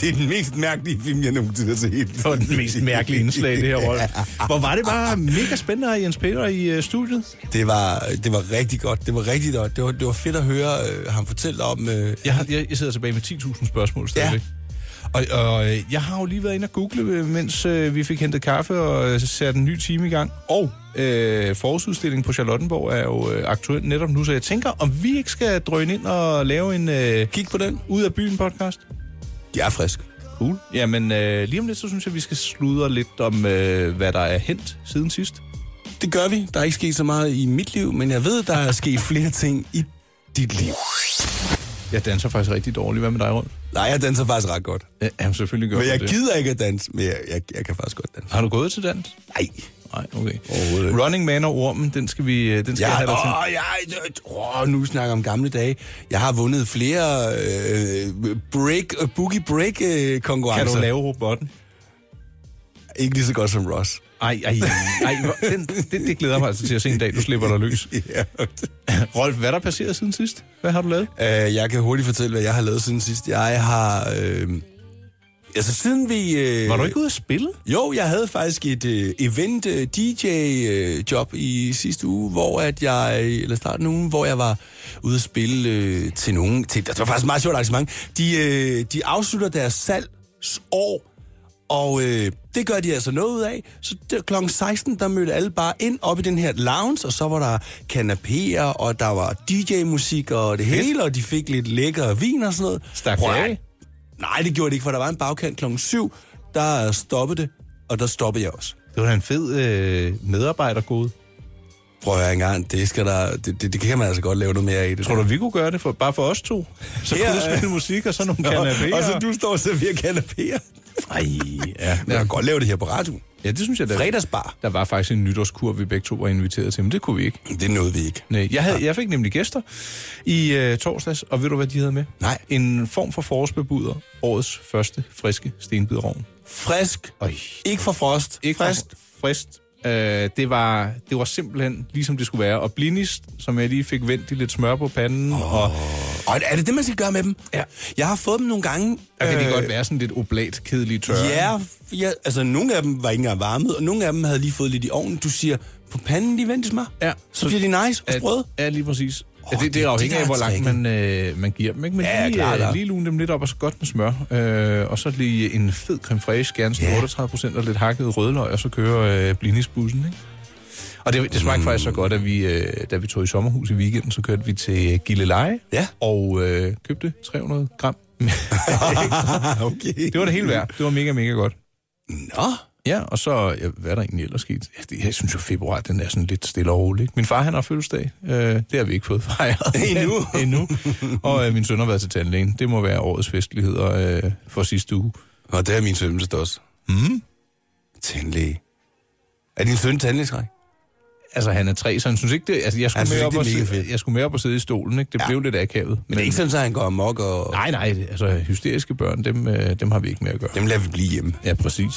[SPEAKER 2] det er den mest mærkelige film, jeg nogensinde har set.
[SPEAKER 3] Det var den mest mærkelige indslag, det her, [LAUGHS] Rolf. Hvor var det [LAUGHS] bare mega spændende at have Jens Peter i øh, studiet.
[SPEAKER 2] Det var, det var rigtig godt. Det var rigtig godt. Det var, det var fedt at høre øh, ham fortælle om... Øh,
[SPEAKER 3] Jeg, har- jeg, jeg sidder tilbage med 10.000 spørgsmål stadigvæk. Ja. Og, og øh, jeg har jo lige været inde og google, øh, mens øh, vi fik hentet kaffe og øh, sat en ny time i gang. Og øh, forårsudstillingen på Charlottenborg er jo øh, aktuel netop nu, så jeg tænker, om vi ikke skal drøne ind og lave en øh,
[SPEAKER 2] Kig på den.
[SPEAKER 3] ud af byen podcast.
[SPEAKER 2] Jeg er frisk.
[SPEAKER 3] Cool. Jamen øh, lige om lidt, så synes jeg, vi skal sludre lidt om, øh, hvad der er hent siden sidst.
[SPEAKER 2] Det gør vi. Der er ikke sket så meget i mit liv, men jeg ved, der er sket flere ting i dit liv.
[SPEAKER 3] Jeg danser faktisk rigtig dårligt. Hvad med dig, Rolf?
[SPEAKER 2] Nej, jeg danser faktisk ret godt.
[SPEAKER 3] Ja, Jamen selvfølgelig gør
[SPEAKER 2] Men
[SPEAKER 3] du
[SPEAKER 2] jeg
[SPEAKER 3] det.
[SPEAKER 2] gider ikke at danse, men jeg, jeg, jeg kan faktisk godt danse.
[SPEAKER 3] Har du gået til dans?
[SPEAKER 2] Nej.
[SPEAKER 3] Nej, okay.
[SPEAKER 2] Overhovedet ikke.
[SPEAKER 3] Running Man og Ormen, den skal vi øh, den skal
[SPEAKER 2] Jeg,
[SPEAKER 3] jeg have dig til.
[SPEAKER 2] åh, jeg, åh, nu snakker jeg om gamle dage. Jeg har vundet flere øh, break, øh, boogie break øh, konkurrencer.
[SPEAKER 3] Kan du lave robotten?
[SPEAKER 2] Ikke lige så godt som Ross.
[SPEAKER 3] Ej, ej, ej. hvor- Den, det, det glæder jeg mig altså til at se en dag, du slipper dig løs.
[SPEAKER 2] Ja.
[SPEAKER 3] Rolf, hvad er der passeret siden sidst? Hvad har du lavet?
[SPEAKER 2] Øh, jeg kan hurtigt fortælle, hvad jeg har lavet siden sidst. Jeg har... Øh, altså, siden vi... Øh,
[SPEAKER 3] Var du ikke ude at spille?
[SPEAKER 2] Jo, jeg havde faktisk et øh, event øh, DJ øh, job i sidste uge, hvor at jeg eller starten af ugen, hvor jeg var ude at spille øh, til nogen. Til, det var faktisk et meget sjovt arrangement. De, øh, de afslutter deres salgsår, og øh, det gør de altså noget ud af. Så der, kl. 16, der mødte alle bare ind op i den her lounge, og så var der kanapéer, og der var DJ-musik og det hele, og de fik lidt lækker vin og sådan noget.
[SPEAKER 3] Stak
[SPEAKER 2] Prøv at-
[SPEAKER 3] af?
[SPEAKER 2] Nej, det gjorde det ikke, for der var en bagkant klokken 7. Der stoppede det, og der stoppede jeg også.
[SPEAKER 3] Det var da en fed øh, medarbejdergode.
[SPEAKER 2] Prøv at høre engang, det, skal der, det, det, det kan man altså godt lave noget mere i. Det
[SPEAKER 3] Tror du, vi kunne gøre det for, bare for os to? Så
[SPEAKER 2] Ja,
[SPEAKER 3] kunne du
[SPEAKER 2] ja.
[SPEAKER 3] spille musik øh, og
[SPEAKER 2] [LAUGHS]
[SPEAKER 3] så nogle kanapéer.
[SPEAKER 2] Og så du står og serverer kanapéer.
[SPEAKER 3] Ej, ja.
[SPEAKER 2] Men jeg kan godt lave det her på radioen.
[SPEAKER 3] Ja, det synes jeg da.
[SPEAKER 2] Fredagsbar.
[SPEAKER 3] Der var faktisk en nytårskur, vi begge to var inviteret til, men det kunne vi ikke.
[SPEAKER 2] Det nåede vi ikke.
[SPEAKER 3] Nej, jeg, havde, jeg fik nemlig gæster i øh, torsdags, og ved du, hvad de havde med?
[SPEAKER 2] Nej.
[SPEAKER 3] En form for forårsbebuder, årets første friske stenbiderovn.
[SPEAKER 2] Frisk.
[SPEAKER 3] Øj.
[SPEAKER 2] Ikke for frost.
[SPEAKER 3] Ikke
[SPEAKER 2] frisk.
[SPEAKER 3] for- Frist. Øh, det, var, det var simpelthen ligesom det skulle være. Og blindis, som jeg lige fik vendt i lidt smør på panden, oh. og
[SPEAKER 2] Og er det det, man skal gøre med dem?
[SPEAKER 3] Ja.
[SPEAKER 2] Jeg har fået dem nogle gange.
[SPEAKER 3] der kan de godt være sådan lidt oblat, kedelige tørre.
[SPEAKER 2] Øh. Ja, f- ja, altså nogle af dem var ikke engang varmet, og nogle af dem havde lige fået lidt i ovnen. Du siger, på panden de vendte smør.
[SPEAKER 3] Ja.
[SPEAKER 2] Så bliver de nice og
[SPEAKER 3] At-
[SPEAKER 2] sprøde.
[SPEAKER 3] Ja, lige præcis.
[SPEAKER 2] Åh,
[SPEAKER 3] Oh, det, det
[SPEAKER 2] det
[SPEAKER 3] er
[SPEAKER 2] er
[SPEAKER 3] afhængig
[SPEAKER 2] det,
[SPEAKER 3] af, hvor
[SPEAKER 2] der er
[SPEAKER 3] langt man, øh, man giver dem. Ikke? Men
[SPEAKER 2] Ja,
[SPEAKER 3] lige,
[SPEAKER 2] klart, klart.
[SPEAKER 3] øh, lige lune dem lidt op, og så godt med smør. Øh, og så lige en fed creme fraiche, gerne sådan
[SPEAKER 2] Ja.
[SPEAKER 3] 38 procent og lidt hakket rødløg, og så kører øh, blindisbussen. Ikke? Og det, det smagte mm. faktisk så godt, at vi, øh, da vi tog i sommerhus i weekenden, så kørte vi til Gilleleje
[SPEAKER 2] [LAUGHS] Ja.
[SPEAKER 3] og øh, købte 300 gram.
[SPEAKER 2] Ah, okay.
[SPEAKER 3] [LAUGHS] det var det hele værd. Det var mega, mega godt.
[SPEAKER 2] Nå,
[SPEAKER 3] Ja, og så, ja, hvad er der egentlig ellers sket? Ja, det, jeg synes jo, februar, den er sådan lidt stille og rolig. Min far, han har fødselsdag. Øh, det har vi ikke fået fejret.
[SPEAKER 2] Endnu.
[SPEAKER 3] [LAUGHS] Endnu. Og øh, min søn har været til tandlægen. Det må være årets festligheder øh, for sidste uge.
[SPEAKER 2] og det er min søn også. Mm. Tandlæge. Er din søn tandlægeskræk?
[SPEAKER 3] Altså, han er tre, så han synes ikke det... Altså, jeg skulle,
[SPEAKER 2] Han synes
[SPEAKER 3] med op,
[SPEAKER 2] ikke,
[SPEAKER 3] og
[SPEAKER 2] det er mega
[SPEAKER 3] sidde,
[SPEAKER 2] fedt.
[SPEAKER 3] jeg skulle med op og sidde i stolen, ikke? Det
[SPEAKER 2] Ja.
[SPEAKER 3] blev lidt akavet.
[SPEAKER 2] Men det er ikke sådan, at han går amok, og Nej.
[SPEAKER 3] Nej, nej, det- altså hysteriske børn, dem, øh, dem har vi ikke med at gøre.
[SPEAKER 2] dem lader vi blive hjemme.
[SPEAKER 3] Ja, præcis.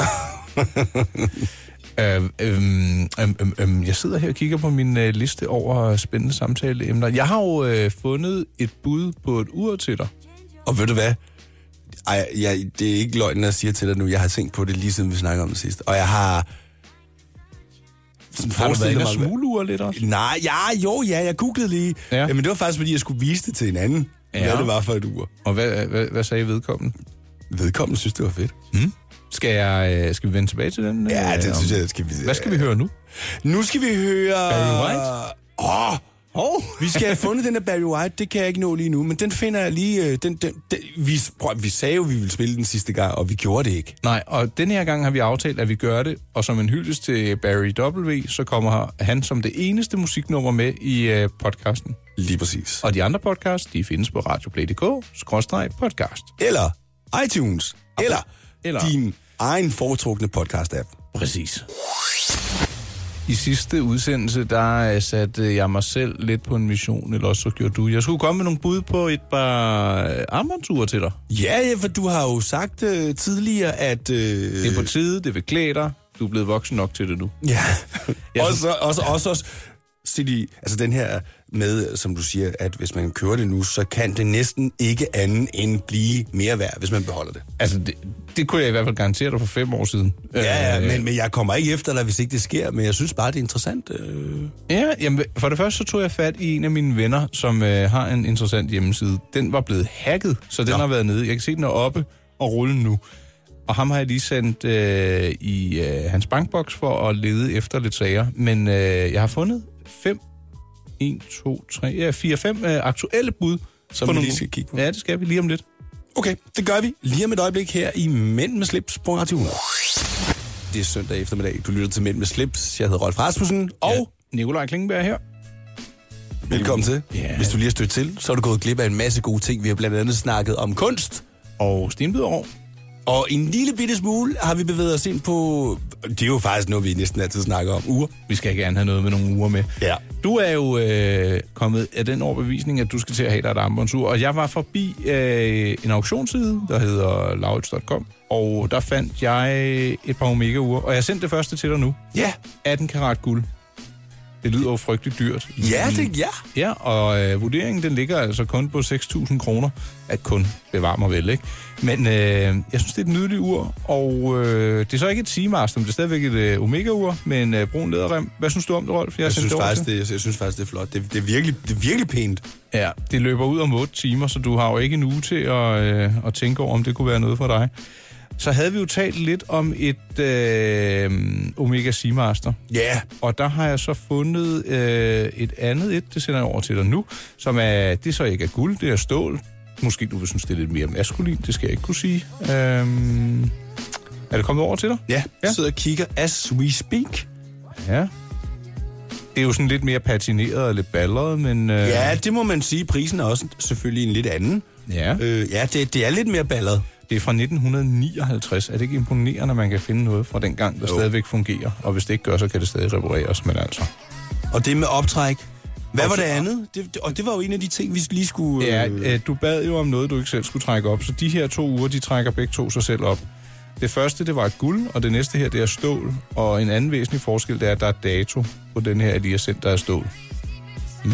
[SPEAKER 3] øhm, øhm, øhm, øhm, jeg sidder her og kigger på min øh, liste over spændende samtaleemner. Jeg har jo øh, fundet et bud på et ur til dig.
[SPEAKER 2] Og ved du hvad? Ej, jeg, det er ikke løgn, når jeg siger til dig nu. Jeg har tænkt på det lige siden vi snakkede om det sidst. Og jeg har... Sådan
[SPEAKER 3] Har du været
[SPEAKER 2] forestillet
[SPEAKER 3] inde og
[SPEAKER 2] mig-
[SPEAKER 3] smuglure lidt også?
[SPEAKER 2] Nej, ja, jo, ja, jeg googlede lige.
[SPEAKER 3] Ja.
[SPEAKER 2] Ja. Jamen, det var faktisk, fordi jeg skulle vise det til en anden,
[SPEAKER 3] Ja.
[SPEAKER 2] ja. hvad det var for et ur.
[SPEAKER 3] Og hvad, hvad, hvad sagde vedkommende?
[SPEAKER 2] Vedkommende synes, det var fedt.
[SPEAKER 3] Skal, jeg, øh, skal vi vende tilbage til den?
[SPEAKER 2] Ja,
[SPEAKER 3] øh,
[SPEAKER 2] det
[SPEAKER 3] om-
[SPEAKER 2] synes jeg, det skal vi...
[SPEAKER 3] Hvad skal vi høre nu?
[SPEAKER 2] Nu skal vi høre...
[SPEAKER 3] Barry White?
[SPEAKER 2] Åh! Oh, oh. vi skal have fundet den der Barry White, det kan jeg ikke nå lige nu, men den finder jeg lige... øh, Den, den, den, vi, prøv, vi sagde jo, vi ville spille den sidste gang, og vi gjorde det ikke.
[SPEAKER 3] Nej, og den her gang har vi aftalt, at vi gør det, og som en hyldest til Barry W., så kommer han som det eneste musiknummer med i øh, podcasten.
[SPEAKER 2] Lige præcis.
[SPEAKER 3] Og de andre podcasts, de findes på radioplay.dk-podcast.
[SPEAKER 2] Eller iTunes. Eller,
[SPEAKER 3] Eller-
[SPEAKER 2] eller din egen foretrukne podcast-app.
[SPEAKER 3] Præcis. I sidste udsendelse, der øh, satte jeg mig selv lidt på en mission, eller også så gjorde du. Jeg skulle komme med nogle bud på et par øh, armbåndture til dig.
[SPEAKER 2] Ja, ja, for du har jo sagt øh, tidligere, at... Øh,
[SPEAKER 3] Det er på tide, det vil klæde dig. Du er blevet voksen nok til det nu.
[SPEAKER 2] Ja.
[SPEAKER 3] [LAUGHS] Jeg
[SPEAKER 2] og
[SPEAKER 3] synes-
[SPEAKER 2] så også, også, også set i, altså den her med, som du siger, at hvis man kører det nu, så kan det næsten ikke andet end blive mere værd, hvis man beholder det.
[SPEAKER 3] Altså, det, det kunne jeg i hvert fald garantere dig for fem år siden.
[SPEAKER 2] Ja, ja
[SPEAKER 3] Øh,
[SPEAKER 2] men, men jeg kommer ikke efter dig, hvis ikke det sker, men jeg synes bare, det er interessant. Øh.
[SPEAKER 3] Ja, jamen, for det første så tog jeg fat i en af mine venner, som øh, har en interessant hjemmeside. Den var blevet hacket, så den har været nede. Jeg kan se, den er oppe og rulle nu. Og ham har jeg lige sendt øh, i øh, hans bankboks for at lede efter lidt sager. Men øh, jeg har fundet fem, en, to, tre, ja, fire, fem øh, aktuelle bud.
[SPEAKER 2] Som
[SPEAKER 3] på
[SPEAKER 2] vi lige skal kigge på.
[SPEAKER 3] Ja, det skal vi lige om lidt.
[SPEAKER 2] Okay, det gør vi lige om et øjeblik her i Mænd med slips på Radio 100. Det er søndag eftermiddag. Du lytter til Mænd med slips. Jeg hedder Rolf Rasmussen, og
[SPEAKER 3] Og Nikolaj Klingenberg her.
[SPEAKER 2] velkommen til.
[SPEAKER 3] Ja.
[SPEAKER 2] Hvis du lige har stødt til, så er du gået glip af en masse gode ting. Vi har blandt andet snakket om kunst,
[SPEAKER 3] Og Stenbyderov.
[SPEAKER 2] Og en lille bitte smule har vi bevæget os ind på, det er jo faktisk noget, vi næsten altid snakker om, uger.
[SPEAKER 3] Vi skal gerne have noget med nogle uger med.
[SPEAKER 2] Ja.
[SPEAKER 3] Du er jo øh, kommet af den overbevisning, at du skal til at have dig et armbåndsur. Og jeg var forbi øh, en auktionsside, der hedder lauritz.com. Og der fandt jeg et par Omega-ure. Og jeg sendte det første til dig nu.
[SPEAKER 2] Ja.
[SPEAKER 3] 18 karat guld. Det lyder jo frygteligt dyrt.
[SPEAKER 2] Ja, det ja.
[SPEAKER 3] Ja, og øh, vurderingen den ligger altså kun på 6.000 kroner. At kun bevarer mig vel, ikke? Men øh, jeg synes, det er et nydeligt ur, og øh, det er så ikke et Seamaster, men det er stadigvæk et øh, Omega-ur med en øh, brun læderrem. Hvad synes du om det, Rolf?
[SPEAKER 2] Jeg
[SPEAKER 3] sendte
[SPEAKER 2] synes,
[SPEAKER 3] over til
[SPEAKER 2] faktisk, det, jeg synes faktisk, det er flot. Det, det, er, virkelig, det er virkelig pænt.
[SPEAKER 3] Ja, det løber ud om 8 timer, så du har jo ikke en uge til at, øh, at tænke over, om det kunne være noget for dig. Så havde vi jo talt lidt om et øh, Omega Seamaster,
[SPEAKER 2] Ja.
[SPEAKER 3] og der har jeg så fundet øh, et andet et, det sender jeg over til dig nu, som er, det så ikke er guld, det er stål. Måske du vil synes, det er lidt mere maskulin, det skal jeg ikke kunne sige. Øh, er det kommet over til dig?
[SPEAKER 2] Ja,
[SPEAKER 3] Ja.
[SPEAKER 2] jeg sidder og kigger as we speak.
[SPEAKER 3] Ja. Det er jo sådan lidt mere patineret og lidt balleret, men... Øh,
[SPEAKER 2] Ja, det må man sige. Prisen er også selvfølgelig en lidt anden.
[SPEAKER 3] ja.
[SPEAKER 2] Øh, ja, det, det er lidt mere ballet.
[SPEAKER 3] Det er fra 1959. Er det ikke imponerende, at man kan finde noget fra den gang, der jo. stadigvæk fungerer? Og hvis det ikke gør, så kan det stadig repareres, men altså...
[SPEAKER 2] Og det med optræk. Hvad var det andet? Det, det- og det var jo en af de ting, vi lige skulle...
[SPEAKER 3] Ja,
[SPEAKER 2] øh,
[SPEAKER 3] øh, du bad jo om noget, du ikke selv skulle trække op, så de her to uger, de trækker begge to sig selv op. Det første, det var et guld, og det næste her, det er stål. Og en anden væsentlig forskel, det er, at der er dato på den her, at I har sendt, der er stål.
[SPEAKER 2] ja,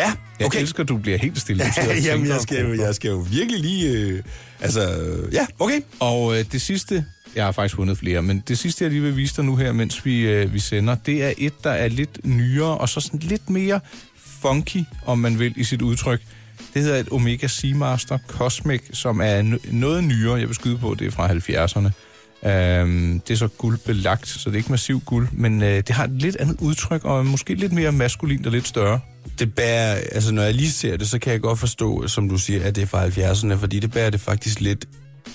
[SPEAKER 3] Jeg okay.
[SPEAKER 2] okay.
[SPEAKER 3] elsker, at du bliver
[SPEAKER 2] [LAUGHS]
[SPEAKER 3] helt stille. Du sidder og
[SPEAKER 2] Jamen,
[SPEAKER 3] tænker
[SPEAKER 2] jeg
[SPEAKER 3] og
[SPEAKER 2] skal, jo,
[SPEAKER 3] gruer.
[SPEAKER 2] jeg skal jo virkelig lige... Øh, altså, øh, ja, okay.
[SPEAKER 3] Og øh, det sidste, jeg har faktisk vundet flere, men det sidste, jeg lige vil vise dig nu her, mens vi, øh, vi sender, det er et, der er lidt nyere og så sådan lidt mere funky, om man vil, i sit udtryk. Det hedder et Omega Seamaster Cosmic, som er n- noget nyere. Jeg vil skyde på, det er fra 70'erne. Øhm, det er så guldbelagt, så det er ikke massiv guld, men øh, det har et lidt andet udtryk, og er måske lidt mere maskulint og lidt større.
[SPEAKER 2] Det bærer... Altså, når jeg lige ser det, så kan jeg godt forstå, som du siger, at det er fra 70'erne, fordi det bærer det faktisk lidt...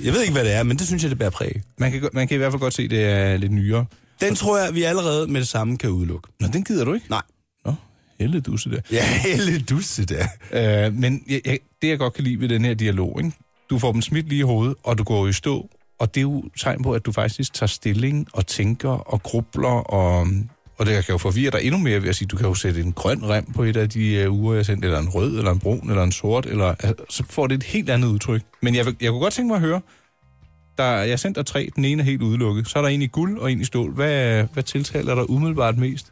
[SPEAKER 2] Jeg ved ikke, hvad det er, men det synes jeg, det bærer præg.
[SPEAKER 3] Man kan, go- man kan i hvert fald godt se, at det er lidt nyere.
[SPEAKER 2] Den tror jeg, vi allerede med det samme kan udelukke.
[SPEAKER 3] Nå, den gider du ikke?
[SPEAKER 2] Nej.
[SPEAKER 3] Nå, helledusse der.
[SPEAKER 2] Ja, [LAUGHS] hele dusse der.
[SPEAKER 3] Øh, men jeg, jeg, det, jeg godt kan lide ved den her dialog, ikke? du får dem smidt lige i hovedet, og du går jo i stå, og det er jo tegn på, at du faktisk tager stilling og tænker og grubler, og, og det kan jo forvirre dig endnu mere ved at sige, du kan jo sætte en grøn rem på et af de uh, uger, jeg sendte, eller en rød, eller en brun, eller en sort, eller, altså, så får det et helt andet udtryk. Men jeg, vil- jeg kunne godt tænke mig at høre, der, jeg sendte dig tre, den ene er helt udelukket, så er der en i guld og en i stål. Hvad, hvad tiltaler dig umiddelbart mest?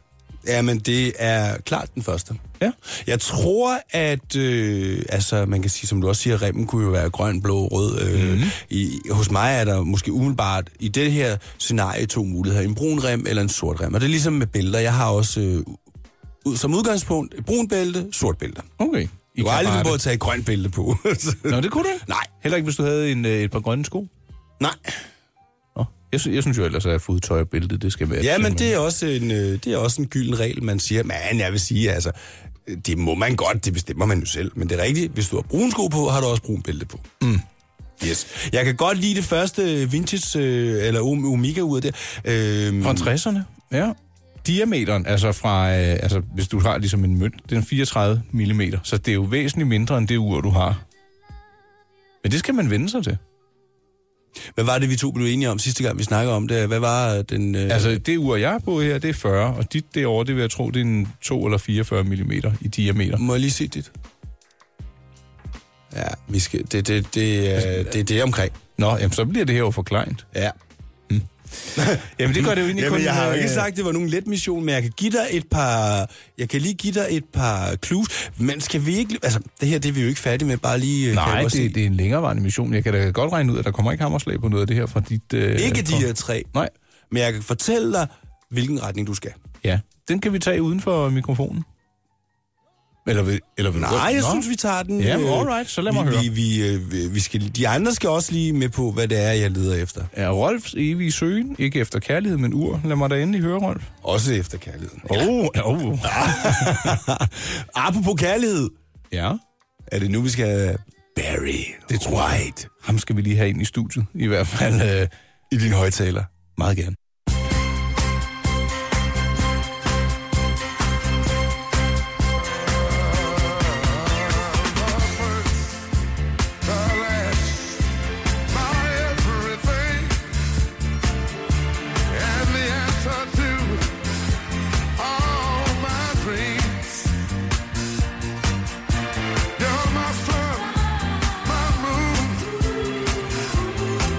[SPEAKER 2] Jamen, det er klart den første.
[SPEAKER 3] Ja.
[SPEAKER 2] Jeg tror, at øh, altså, man kan sige, som du også siger, remmen kunne jo være grøn, blå, rød. Øh, mm. i, hos mig er der måske umiddelbart i det her scenarie to muligheder. En brun rem eller en sort rem. Og det er ligesom med bælter. Jeg har også øh, ud, som udgangspunkt et brun bælte, sort bælte.
[SPEAKER 3] Okay. I
[SPEAKER 2] Du har
[SPEAKER 3] kan
[SPEAKER 2] aldrig
[SPEAKER 3] bare
[SPEAKER 2] på
[SPEAKER 3] det.
[SPEAKER 2] at tage et grønt bælte på. [LAUGHS]
[SPEAKER 3] [LAUGHS] Nå, det kunne du ikke?
[SPEAKER 2] Nej.
[SPEAKER 3] Heller ikke, hvis du havde en, øh, et par grønne sko?
[SPEAKER 2] Nej.
[SPEAKER 3] Nå, jeg, sy- jeg synes jo ellers, at fodtøj og bælte, det skal være...
[SPEAKER 2] Ja, men det
[SPEAKER 3] simpelthen.
[SPEAKER 2] er også en, øh, det er også en gylden regel, man siger. Men jeg vil sige, altså, øh, det må man godt, det bestemmer man jo selv. Men det er rigtigt, hvis du har brun sko på, har du også brun bælte på. Mm. Yes. Jeg kan godt lide det første vintage, øh, eller omega ud af det. Øhm,
[SPEAKER 3] Fra 60'erne, ja. Diameteren, altså fra, øh, altså hvis du har ligesom en mønt, den er 34 mm, så det er jo væsentligt mindre end det ur, du har. Men det skal man vende sig til.
[SPEAKER 2] hvad var det, vi to blev enige om sidste gang, vi snakkede om det? Hvad var øh, den... Øh, altså,
[SPEAKER 3] Altså det ur, jeg har på her, det er 40, og dit derovre, det vil jeg tro, det er en 2 eller 44 mm i diameter.
[SPEAKER 2] må jeg lige se dit? Ja, vi skal, det, det, det, øh, det er det omkring.
[SPEAKER 3] Nå, jamen så bliver det her jo for kleint.
[SPEAKER 2] Ja.
[SPEAKER 3] Jamen det gør det jo egentlig
[SPEAKER 2] Jamen,
[SPEAKER 3] kun...
[SPEAKER 2] jeg har jo
[SPEAKER 3] øh,
[SPEAKER 2] ikke sagt, at det var nogen let mission, men jeg kan give dig et par... Jeg kan lige give dig et par clues. Men skal vi ikke... Altså, det her, det er vi jo ikke færdige med, bare lige... øh, kan jeg
[SPEAKER 3] Nej,
[SPEAKER 2] godt se.
[SPEAKER 3] det, det er en længerevarende mission. Jeg kan da godt regne ud, at der kommer ikke hammerslag på noget af det her fra dit... Øh,
[SPEAKER 2] Ikke de
[SPEAKER 3] fra-
[SPEAKER 2] her tre,
[SPEAKER 3] Nej,
[SPEAKER 2] men jeg kan fortælle dig, hvilken retning du skal.
[SPEAKER 3] ja. Den kan vi tage uden for mikrofonen. Eller vil, eller vil du
[SPEAKER 2] Nej,
[SPEAKER 3] godt-
[SPEAKER 2] jeg
[SPEAKER 3] Nå.
[SPEAKER 2] synes, vi tager den...
[SPEAKER 3] Ja, men
[SPEAKER 2] øh,
[SPEAKER 3] alright, så lad mig
[SPEAKER 2] vi,
[SPEAKER 3] høre.
[SPEAKER 2] Vi, vi, øh, vi, vi skal, de andre skal også lige med på, hvad det er, jeg leder efter.
[SPEAKER 3] Er Rolfs evige søgen, ikke efter kærlighed, men ur? Lad mig da endelig høre, Rolf.
[SPEAKER 2] Også efter kærligheden.
[SPEAKER 3] Åh, ja. oh, oh.
[SPEAKER 2] Apropos kærlighed,
[SPEAKER 3] ja.
[SPEAKER 2] er det nu, vi skal... Barry det tror White
[SPEAKER 3] Ham skal vi lige have ind i studiet, i hvert fald. Øh,
[SPEAKER 2] i din højtaler.
[SPEAKER 3] meget gerne.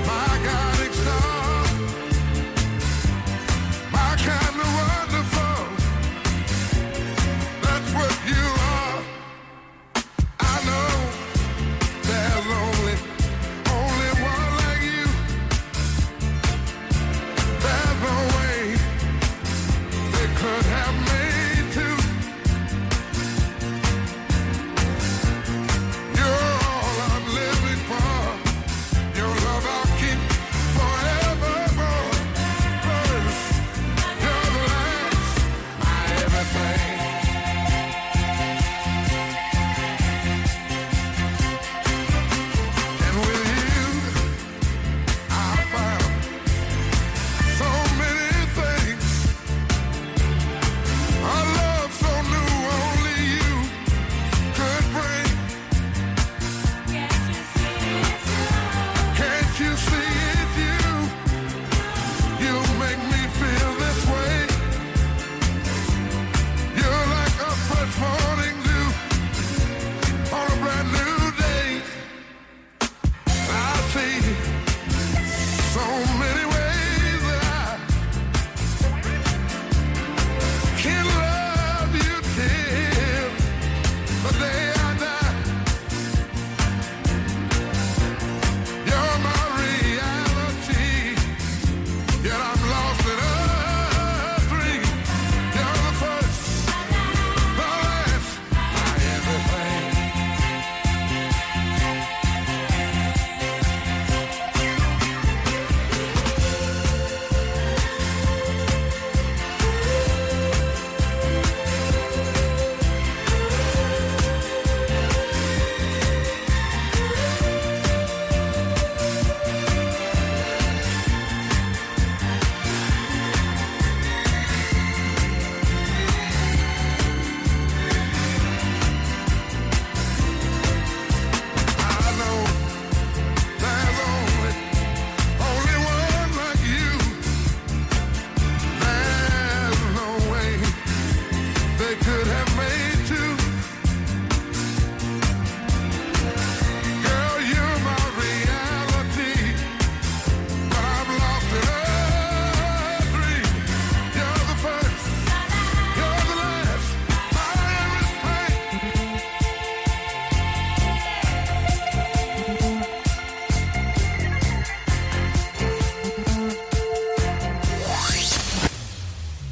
[SPEAKER 5] My God, exalt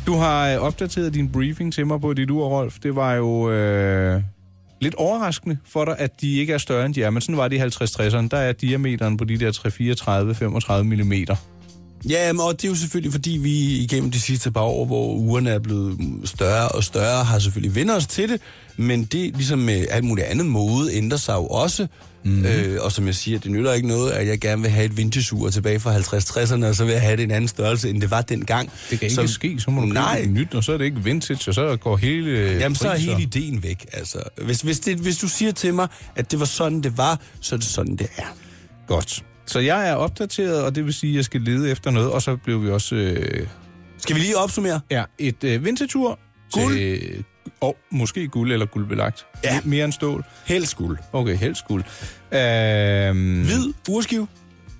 [SPEAKER 3] Du har øh, opdateret din briefing til mig på dit ur, Rolf. Det var jo øh, lidt overraskende for dig, at de ikke er større end de er. Men sådan var de i 50-60'erne. Der er diameteren på de der 3, 34, 35 mm.
[SPEAKER 2] Ja, men, og det er jo selvfølgelig, fordi vi igennem de sidste par år, hvor ugerne er blevet større og større, har selvfølgelig vendt os til det, men det, ligesom med alt muligt andet mode, ændrer sig jo også.
[SPEAKER 3] Mhm.
[SPEAKER 2] Mm. Øh, og som jeg siger, det nytter ikke noget, at jeg gerne vil have et vintage-ur tilbage fra 50-60'erne, og så vil jeg have det i en anden størrelse, end det var dengang.
[SPEAKER 3] Det kan ikke
[SPEAKER 2] så,
[SPEAKER 3] så, ske, så må du
[SPEAKER 2] Nej.
[SPEAKER 3] købe et nyt, og så er det ikke vintage, og så går hele... øh,
[SPEAKER 2] Jamen, så er
[SPEAKER 3] priser.
[SPEAKER 2] hele ideen væk, altså. Hvis, hvis, det, hvis du siger til mig, at det var sådan, det var, så er det sådan, det er.
[SPEAKER 3] Godt. Så jeg er opdateret, og det vil sige, at jeg skal lede efter noget, og så blev vi også... Øh,
[SPEAKER 2] Skal vi lige opsummere?
[SPEAKER 3] ja, et øh, vintage-ur.
[SPEAKER 2] Guld.
[SPEAKER 3] Til, og måske guld eller guldbelagt.
[SPEAKER 2] Ja.
[SPEAKER 3] M- Mere end stål.
[SPEAKER 2] Helst guld.
[SPEAKER 3] Okay, helst guld. Øhm,
[SPEAKER 2] Hvid urskive.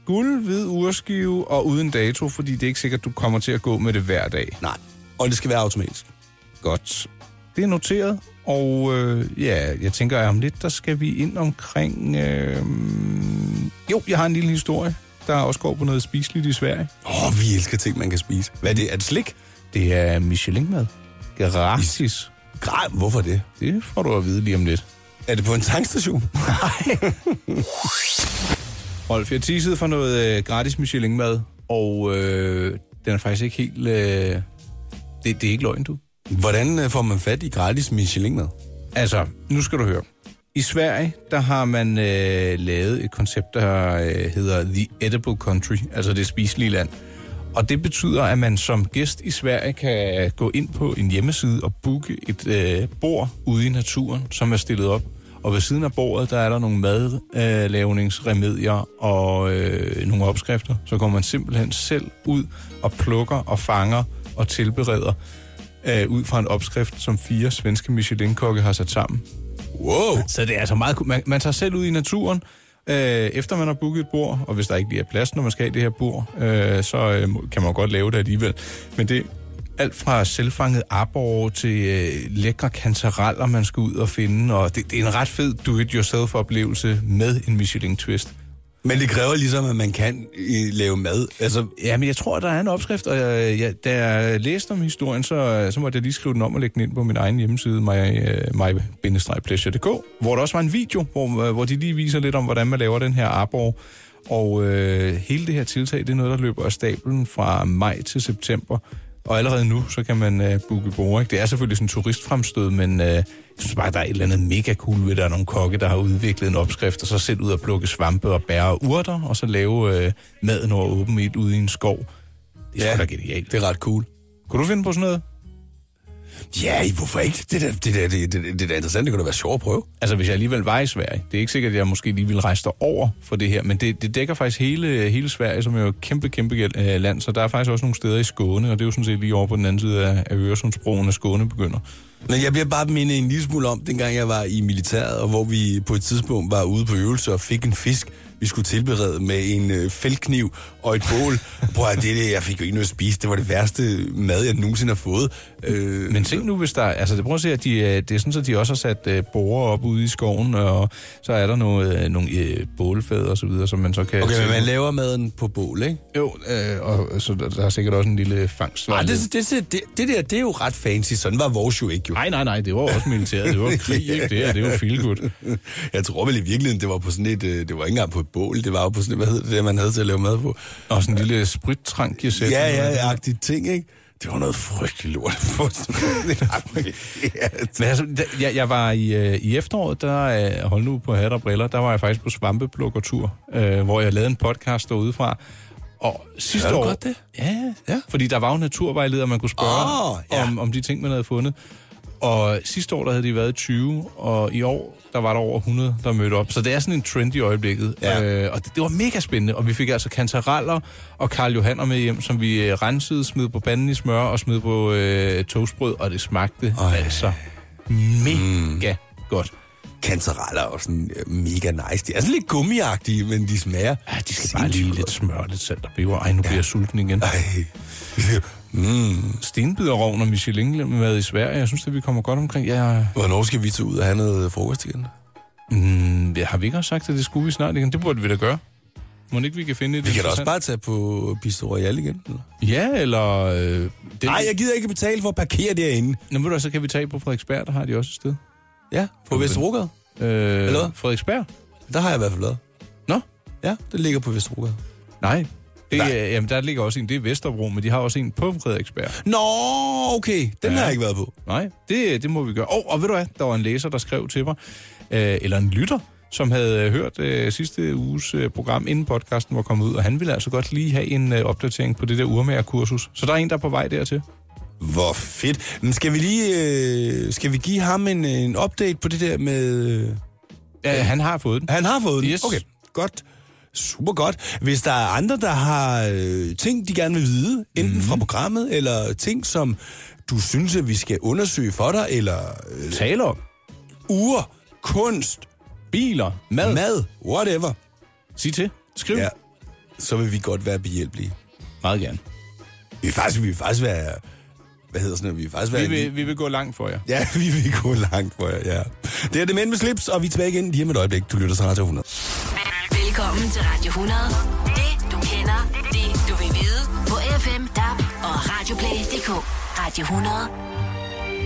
[SPEAKER 3] Guld, hvid urskive og uden dato, fordi det er ikke sikkert, du kommer til at gå med det hver dag.
[SPEAKER 2] Nej. Og det skal være automatisk.
[SPEAKER 3] Godt. Det er noteret, og øh, ja, jeg tænker, at om lidt, der skal vi ind omkring... Øh, jo, jeg har en lille historie, der også går på noget spiseligt i Sverige.
[SPEAKER 2] Åh, oh, vi elsker ting, man kan spise. Hvad er det? Er det slik?
[SPEAKER 3] Det er Michelin-mad. Gratis.
[SPEAKER 2] Grej, hvorfor det?
[SPEAKER 3] Det får du at vide lige om lidt.
[SPEAKER 2] Er det på en tankstation?
[SPEAKER 3] [LAUGHS] Rolf, jeg teasede for noget øh, gratis Michelin-mad, og øh, den er faktisk ikke helt... Øh, det, det er ikke løgn, du.
[SPEAKER 2] Hvordan øh, får man fat i gratis Michelin-mad?
[SPEAKER 3] Altså, nu skal du høre. I Sverige, der har man øh, lavet et koncept, der øh, hedder The Edible Country, altså det spiselige land. Og det betyder, at man som gæst i Sverige kan gå ind på en hjemmeside og booke et øh, bord ude i naturen, som er stillet op. Og ved siden af bordet, der er der nogle madlavningsremedier og øh, nogle opskrifter. Så går man simpelthen selv ud og plukker og fanger og tilbereder øh, ud fra en opskrift, som fire svenske Michelin-kokke har sat sammen.
[SPEAKER 2] Wow!
[SPEAKER 3] Så det er altså meget... ku- Man, man tager selv ud i naturen, øh, efter man har booket et bord, og hvis der ikke lige er plads, når man skal have det her bord, øh, så øh, må- kan man jo godt lave det alligevel. Men det er alt fra selvfanget arbor til øh, lækre kantareller, man skal ud og finde, og det, det er en ret fed do-it-yourself-oplevelse med en Michelin-twist.
[SPEAKER 2] Men det kræver ligesom, at man kan øh, lave mad. Altså,
[SPEAKER 3] Ja, men jeg tror, der er en opskrift, og jeg, jeg, da jeg læste om historien, så, så måtte jeg lige skrive den om og lægge den ind på min egen hjemmeside, øh, my-pleasure.dk, hvor der også var en video, hvor, øh, hvor de lige viser lidt om, hvordan man laver den her arbor. Og øh, hele det her tiltag, det er noget, der løber af stablen fra maj til september. Og allerede nu, så kan man øh, booke bord. Ikke? Det er selvfølgelig sådan en turistfremstød, men øh, jeg synes bare, der er et eller andet mega cool ved, at der er nogle kokke, der har udviklet en opskrift, og så selv ud og plukke svampe og bære og urter, og så lave øh, maden over åben ild ude i en skov. Det er ja. sgu da genialt.
[SPEAKER 2] det er ret cool.
[SPEAKER 3] Kunne du finde på sådan noget?
[SPEAKER 2] Ja, hvorfor ikke? Det der, det der, det, det, det der er interessant. Det kunne da være sjovt at prøve.
[SPEAKER 3] Altså, hvis jeg alligevel var i Sverige, det er ikke sikkert, at jeg måske lige ville rejse derover for det her, men det, det dækker faktisk hele, hele Sverige, som er jo et kæmpe, kæmpe øh, land, så der er faktisk også nogle steder i Skåne, og det er jo sådan set lige over på den anden side af, af Øresundsbroen, at Skåne begynder.
[SPEAKER 2] Men jeg bliver bare mindet en lille smule om, dengang jeg var i militæret, og hvor vi på et tidspunkt var ude på øvelse og fik en fisk, vi skulle tilberede med en øh, fældkniv og et bål. [LAUGHS] Prøv at høre, det, det, jeg fik jo ikke noget at spise. Det var det værste mad, jeg nogensinde har fået. Øh,
[SPEAKER 3] Men se nu, hvis der... Altså, det prøver at se, at de, øh, det er sådan, at de også har sat øh, borer op ude i skoven, og så er der noget, øh, nogle øh, bålfæder og så videre, som man så kan...
[SPEAKER 2] okay, men man laver maden på bål, ikke?
[SPEAKER 3] Jo, øh, og så der, der er sikkert også en lille fangst.
[SPEAKER 2] Ej, det, det, det, det, det der, det er jo ret fancy. Sådan var vores jo ikke, jo.
[SPEAKER 3] Nej, nej, nej, det var også militæret, det var krig, ikke det her, det var feel good.
[SPEAKER 2] [LAUGHS] Jeg tror vel i virkeligheden, det var på sådan et, øh, det var ikke engang på et bål, det var jo på sådan et, hvad hedder det, man havde til at lave mad på.
[SPEAKER 3] Og sådan en lille sprittrank, jeg sætter.
[SPEAKER 2] Ja, ja, ja, agtigt ting, ikke? Det var noget frygteligt lort [LAUGHS] at få sådan en aktivitet.
[SPEAKER 3] Men altså, da- jeg, jeg var i, øh, i efteråret, der øh, hold nu på hat og briller, der var jeg faktisk på svampeplukkertur, øh, hvor jeg lavede en podcast derude fra. Og sidste
[SPEAKER 2] Gør du
[SPEAKER 3] år...
[SPEAKER 2] godt det?
[SPEAKER 3] Ja,
[SPEAKER 2] Ja.
[SPEAKER 3] ja, fordi der var jo naturvejleder, man kunne spørge
[SPEAKER 2] Åh, ja.
[SPEAKER 3] om, om de ting, man havde fundet. Og sidste år, der havde de været 20, og i år, der var der over 100, der mødte op. Så det er sådan en trend i øjeblikket.
[SPEAKER 2] Ja.
[SPEAKER 3] Øh, og det, det var mega spændende, og vi fik altså kantareller og Karl Johanner med hjem, som vi øh, rensede, smed på panden i smør og smed på øh, toastbrød, og det smagte
[SPEAKER 2] Ej.
[SPEAKER 3] Ej. altså mega mm. godt.
[SPEAKER 2] Kantereller er jo sådan øh, mega nice. De er sådan lidt gummiagtige, men de smager.
[SPEAKER 3] Ja, Ah, de skal bare lige lidt smør, lidt salt og peber. Ej, nu bliver jeg sulten igen.
[SPEAKER 2] Ej. [LAUGHS] Mm.
[SPEAKER 3] Stenbiderovn og Michelin-mad i Sverige, jeg synes, at vi kommer godt omkring. Jeg
[SPEAKER 2] Hvornår skal vi tage ud og have noget frokost igen?
[SPEAKER 3] Mm, ja, har vi ikke også sagt, at det skulle vi snart igen? Det burde vi da gøre. Må ikke vi kan finde et
[SPEAKER 2] Vi kan da også
[SPEAKER 3] interessant-
[SPEAKER 2] bare tage på Bistro Royal igen. eller?
[SPEAKER 3] Ja, eller... Øh, det,
[SPEAKER 2] Nej, jeg gider ikke betale for at parkere derinde.
[SPEAKER 3] Nå, ved du, hvad, så kan vi tage på Frederiksberg, der har de også et sted.
[SPEAKER 2] Ja, på Vesterbrogade.
[SPEAKER 3] Øh,
[SPEAKER 2] Eller hvad?
[SPEAKER 3] Frederiksberg?
[SPEAKER 2] Der har jeg i hvert fald været.
[SPEAKER 3] Nå,
[SPEAKER 2] Ja, det ligger på Vesterbrogade.
[SPEAKER 3] nej. Det,
[SPEAKER 2] Nej.
[SPEAKER 3] Nej. Jamen, der ligger også en, det er Vesterbro, men de har også en på Frederiksberg.
[SPEAKER 2] Nå, okay. Den
[SPEAKER 3] Ja.
[SPEAKER 2] har jeg ikke været på.
[SPEAKER 3] Nej, det, det må vi gøre. Og, og ved du hvad, der var en læser, der skrev til mig, øh, eller en lytter, som havde øh, hørt øh, sidste uges øh, program, inden podcasten var kommet ud, og han ville altså godt lige have en øh, opdatering på det der urmagerkursus. Så der er en, der er på vej dertil.
[SPEAKER 2] Hvor fedt. Men skal vi lige... Øh, skal vi give ham en, en update på det der med... Øh,
[SPEAKER 3] Ja, han har fået den.
[SPEAKER 2] han har fået den?
[SPEAKER 3] Yes.
[SPEAKER 2] Okay, godt. Super godt. Hvis der er andre, der har øh, ting, de gerne vil vide, enten
[SPEAKER 3] Mhm.
[SPEAKER 2] mm-hmm. fra programmet, eller ting, som du synes, at vi skal undersøge for dig, eller øh,
[SPEAKER 3] Tale om
[SPEAKER 2] ur, kunst,
[SPEAKER 3] biler, mad.
[SPEAKER 2] mad, mad whatever,
[SPEAKER 3] Sig til. Skriv.
[SPEAKER 2] ja, så vil vi godt være behjælpelige.
[SPEAKER 3] Meget gerne.
[SPEAKER 2] Vi vil faktisk, vi vil faktisk være... Hvad hedder sådan noget? Vi vil faktisk være...
[SPEAKER 3] Vi vil, vi vil gå langt for jer.
[SPEAKER 2] Ja, [LAUGHS] vi vil gå langt for jer, ja. Det er det mænd med slips, og vi er tilbage igen lige om et øjeblik. Du lytter til Radio 100.
[SPEAKER 1] Velkommen til Radio 100. Det du kender, det du vil vide. På FM, DAB og Radioplay.dk. Radio 100.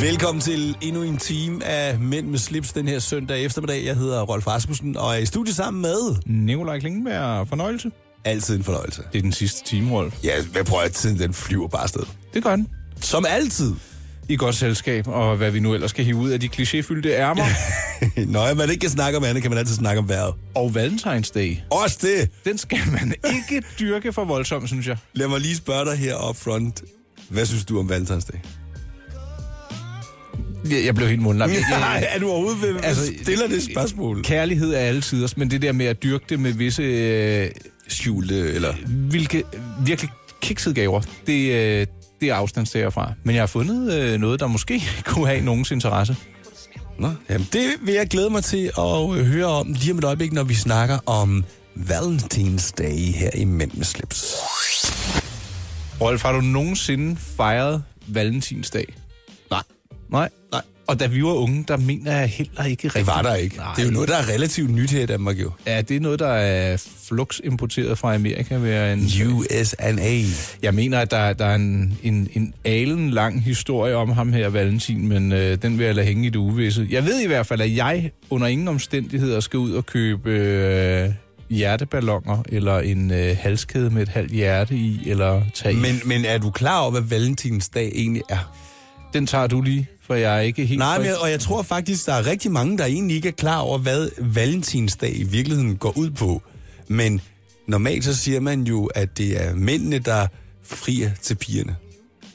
[SPEAKER 2] Velkommen til endnu en time af Mænd med slips den her søndag eftermiddag. Jeg hedder Rolf Rasmussen og er i studiet sammen med...
[SPEAKER 3] Nikolaj Klingenberg, fornøjelse.
[SPEAKER 2] Altid en fornøjelse.
[SPEAKER 3] Det er den sidste time, Rolf.
[SPEAKER 2] Ja, hvad prøver jeg? Tiden den flyver bare afsted.
[SPEAKER 3] Det gør den.
[SPEAKER 2] Som altid.
[SPEAKER 3] I godt selskab, og hvad vi nu ellers skal hive ud af de klichéfyldte ærmer.
[SPEAKER 2] Nå, ja, man ikke kan snakke om andet, kan man altid snakke om vejret.
[SPEAKER 3] og Valentine's Day.
[SPEAKER 2] Også det.
[SPEAKER 3] Den skal man ikke dyrke for voldsomt, synes jeg.
[SPEAKER 2] Lad mig lige spørge dig her up front. Hvad synes du om Valentinsdag?
[SPEAKER 3] Jeg, jeg blev helt mundlam. Jeg- jeg-
[SPEAKER 2] Nej, er du overhovedet ved, altså, stiller det spørgsmål?
[SPEAKER 3] Kærlighed er alle tiders, men det der med at dyrke det med visse øh,
[SPEAKER 2] Skjulte, eller...
[SPEAKER 3] hvilke, virkelig kiksede gaver, det, øh, det er afstandstager fra. Men jeg har fundet øh, noget, der måske [LAUGHS] kunne have nogens interesse.
[SPEAKER 2] Nå, jamen det vil jeg glæde mig til at øh, høre om lige om et øjeblik, når vi snakker om Valentinsdag her i Mænd med slips.
[SPEAKER 3] Rolf, har du nogensinde fejret Valentinsdag?
[SPEAKER 2] Nej.
[SPEAKER 3] Nej.
[SPEAKER 2] Nej.
[SPEAKER 3] Og da vi var unge, der mener jeg heller ikke rigtigt.
[SPEAKER 2] Det var der ikke. Nej. Det er jo noget, der er relativt nyt her i Danmark jo.
[SPEAKER 3] Ja, det er noget, der er flux importeret fra Amerika. Ved en,
[SPEAKER 2] USA.
[SPEAKER 3] Jeg mener, at der, der er en, en, en alen lang historie om ham her, Valentin, men øh, den vil jeg lade hænge i det uvisse. Jeg ved i hvert fald, at jeg under ingen omstændigheder skal ud og købe øh, hjerteballoner, eller en øh, halskæde med et halvt hjerte i, eller tage i.
[SPEAKER 2] Men, men er du klar over, hvad Valentinsdag egentlig er?
[SPEAKER 3] Den tager du lige, for jeg er ikke helt...
[SPEAKER 2] Nej,
[SPEAKER 3] frisk.
[SPEAKER 2] men, jeg- og jeg tror faktisk, der er rigtig mange, der egentlig ikke er klar over, hvad Valentinsdag i virkeligheden går ud på. Men normalt så siger man jo, at det er mændene, der frier til pigerne.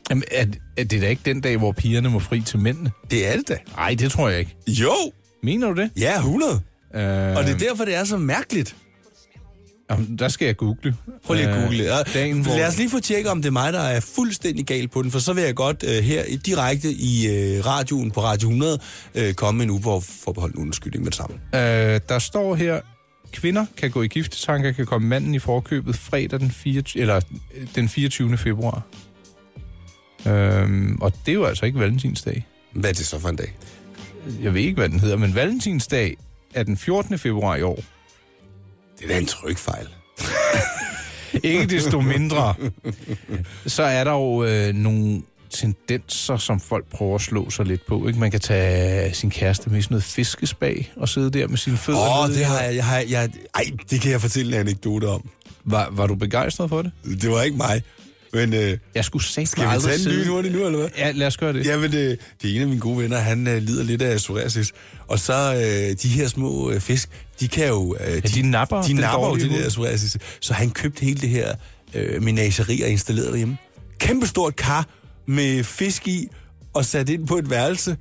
[SPEAKER 3] Jamen, er, er det da ikke den dag, hvor pigerne må fri til mændene?
[SPEAKER 2] Det er det da.
[SPEAKER 3] Nej, det tror jeg ikke.
[SPEAKER 2] Jo!
[SPEAKER 3] Mener du det?
[SPEAKER 2] Ja, 100.
[SPEAKER 3] Øh,
[SPEAKER 2] Og det er derfor, det er så mærkeligt.
[SPEAKER 3] Jamen, der skal jeg google.
[SPEAKER 2] Prøv lige at
[SPEAKER 3] Øh,
[SPEAKER 2] google. det.
[SPEAKER 3] dagen, hvor...
[SPEAKER 2] Lad os lige få tjekket, om det er mig, der er fuldstændig gal på den, for så vil jeg godt øh, her i- direkte i øh, radioen på Radio 100 øh, komme med en uforbeholden undskyldning med det samme.
[SPEAKER 3] Øh, der står her, kvinder kan gå i giftetanker, kan komme manden i forkøbet fredag den 24. Eller, øh, den 24. februar. Øhm, og det er jo altså ikke valentinsdag.
[SPEAKER 2] Hvad er det så for en dag?
[SPEAKER 3] Jeg ved ikke, hvad den hedder, men valentinsdag er den 14. februar i år.
[SPEAKER 2] Det er da en trykfejl.
[SPEAKER 3] Ikke desto mindre, så er der jo øh, nogle tendenser, som folk prøver at slå sig lidt på. Ikke? Man kan tage sin kæreste med i sådan noget fiskespag og sidde der med sine fødder.
[SPEAKER 2] Åh, oh,
[SPEAKER 3] nede.
[SPEAKER 2] det har jeg, jeg, har, jeg... Ej, det kan jeg fortælle en anekdote om.
[SPEAKER 3] var, var du begejstret for det?
[SPEAKER 2] Det var ikke mig. Men øh,
[SPEAKER 3] Jeg skulle satme
[SPEAKER 2] skal vi
[SPEAKER 3] aldrig
[SPEAKER 2] tage en
[SPEAKER 3] sidde-
[SPEAKER 2] ny hurtigt nu, eller hvad?
[SPEAKER 3] Ja, lad os gøre det.
[SPEAKER 2] Jamen, øh, det er en af mine gode venner, han øh, lider lidt af psoriasis. Og så øh, de her små øh, fisk, de kan jo... Øh,
[SPEAKER 3] Ja, de napper
[SPEAKER 2] De
[SPEAKER 3] den
[SPEAKER 2] napper jo
[SPEAKER 3] dårlige
[SPEAKER 2] det
[SPEAKER 3] hud.
[SPEAKER 2] der psoriasis. Så han købte hele det her øh, menageri og installerede derhjemme. Kæmpestort kar med fisk i og sat ind på et værelse.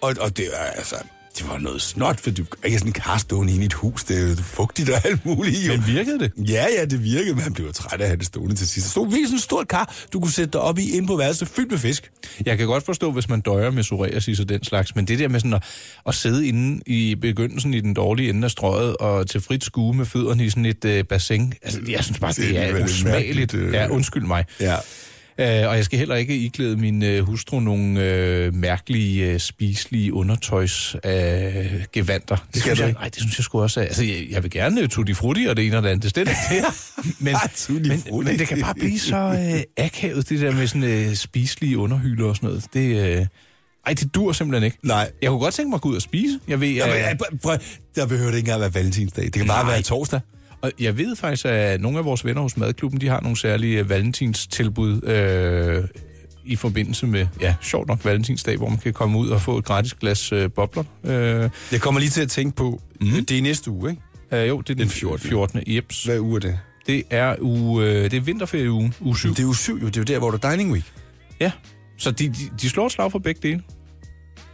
[SPEAKER 2] Og, og det var altså... Det var noget snot, for du kan ikke have sådan en kar stående inde i et hus. Det er jo fugtigt og alt muligt. Jo.
[SPEAKER 3] Men virkede det?
[SPEAKER 2] Ja, ja, det virkede, men han blev jo træt af at have det stående til sidst. Der stod virkelig sådan et stort kar, du kunne sætte dig op i inde på værelset, fyldt med fisk.
[SPEAKER 3] Jeg kan godt forstå, hvis man døjer med psoriasis og den slags, men det der med sådan at, at sidde inde i begyndelsen i den dårlige ende af strøget og til frit skue med fødderne i sådan et øh, bassin, altså jeg synes bare,
[SPEAKER 2] Det er
[SPEAKER 3] det, det
[SPEAKER 2] alligevel
[SPEAKER 3] er
[SPEAKER 2] lidt
[SPEAKER 3] usmageligt.
[SPEAKER 2] mærkeligt, øh.
[SPEAKER 3] Ja, undskyld mig.
[SPEAKER 2] Ja.
[SPEAKER 3] Øh, og jeg skal heller ikke iklæde min øh, hustru nogle øh, mærkelige, øh, spiselige undertøjs øh, gevanter. Det,
[SPEAKER 2] du
[SPEAKER 3] synes jeg,
[SPEAKER 2] ikke?
[SPEAKER 3] nej, det synes jeg sgu også. er- Altså, jeg, jeg vil gerne øh, tutti frutti og det ene og det andet. Det er slet
[SPEAKER 2] [LAUGHS]
[SPEAKER 3] ikke det. men,
[SPEAKER 2] Ah, tutti
[SPEAKER 3] men,
[SPEAKER 2] frutti.
[SPEAKER 3] men det kan bare blive så øh, akavet, det der med sådan øh, spiselige underhylder og sådan noget. Det, øh, ej, det dur simpelthen ikke.
[SPEAKER 2] Nej.
[SPEAKER 3] Jeg kunne godt tænke mig at gå ud og spise. Jeg ved,
[SPEAKER 2] Ja,
[SPEAKER 3] øh,
[SPEAKER 2] ja, ja. Prøv, der behøver det ikke engang være valentinsdag. Det kan bare
[SPEAKER 3] Nej.
[SPEAKER 2] være torsdag.
[SPEAKER 3] Og jeg ved faktisk, at nogle af vores venner hos Madklubben, de har nogle særlige øh, valentinstilbud øh, i forbindelse med, ja, sjovt nok valentinsdag, hvor man kan komme ud og få et gratis glas øh, bobler. Øh,
[SPEAKER 2] Jeg kommer lige til at tænke på, mm. det er næste uge, ikke?
[SPEAKER 3] øh, jo, det er den 14. 14. Jeps.
[SPEAKER 2] Hvad uge er det?
[SPEAKER 3] Det er, uge, øh, det er vinterferieugen, uge 7.
[SPEAKER 2] Det er uge syv, jo. Det er jo der, hvor du er dining week.
[SPEAKER 3] Ja, så de, de, de slår et slag for begge dele.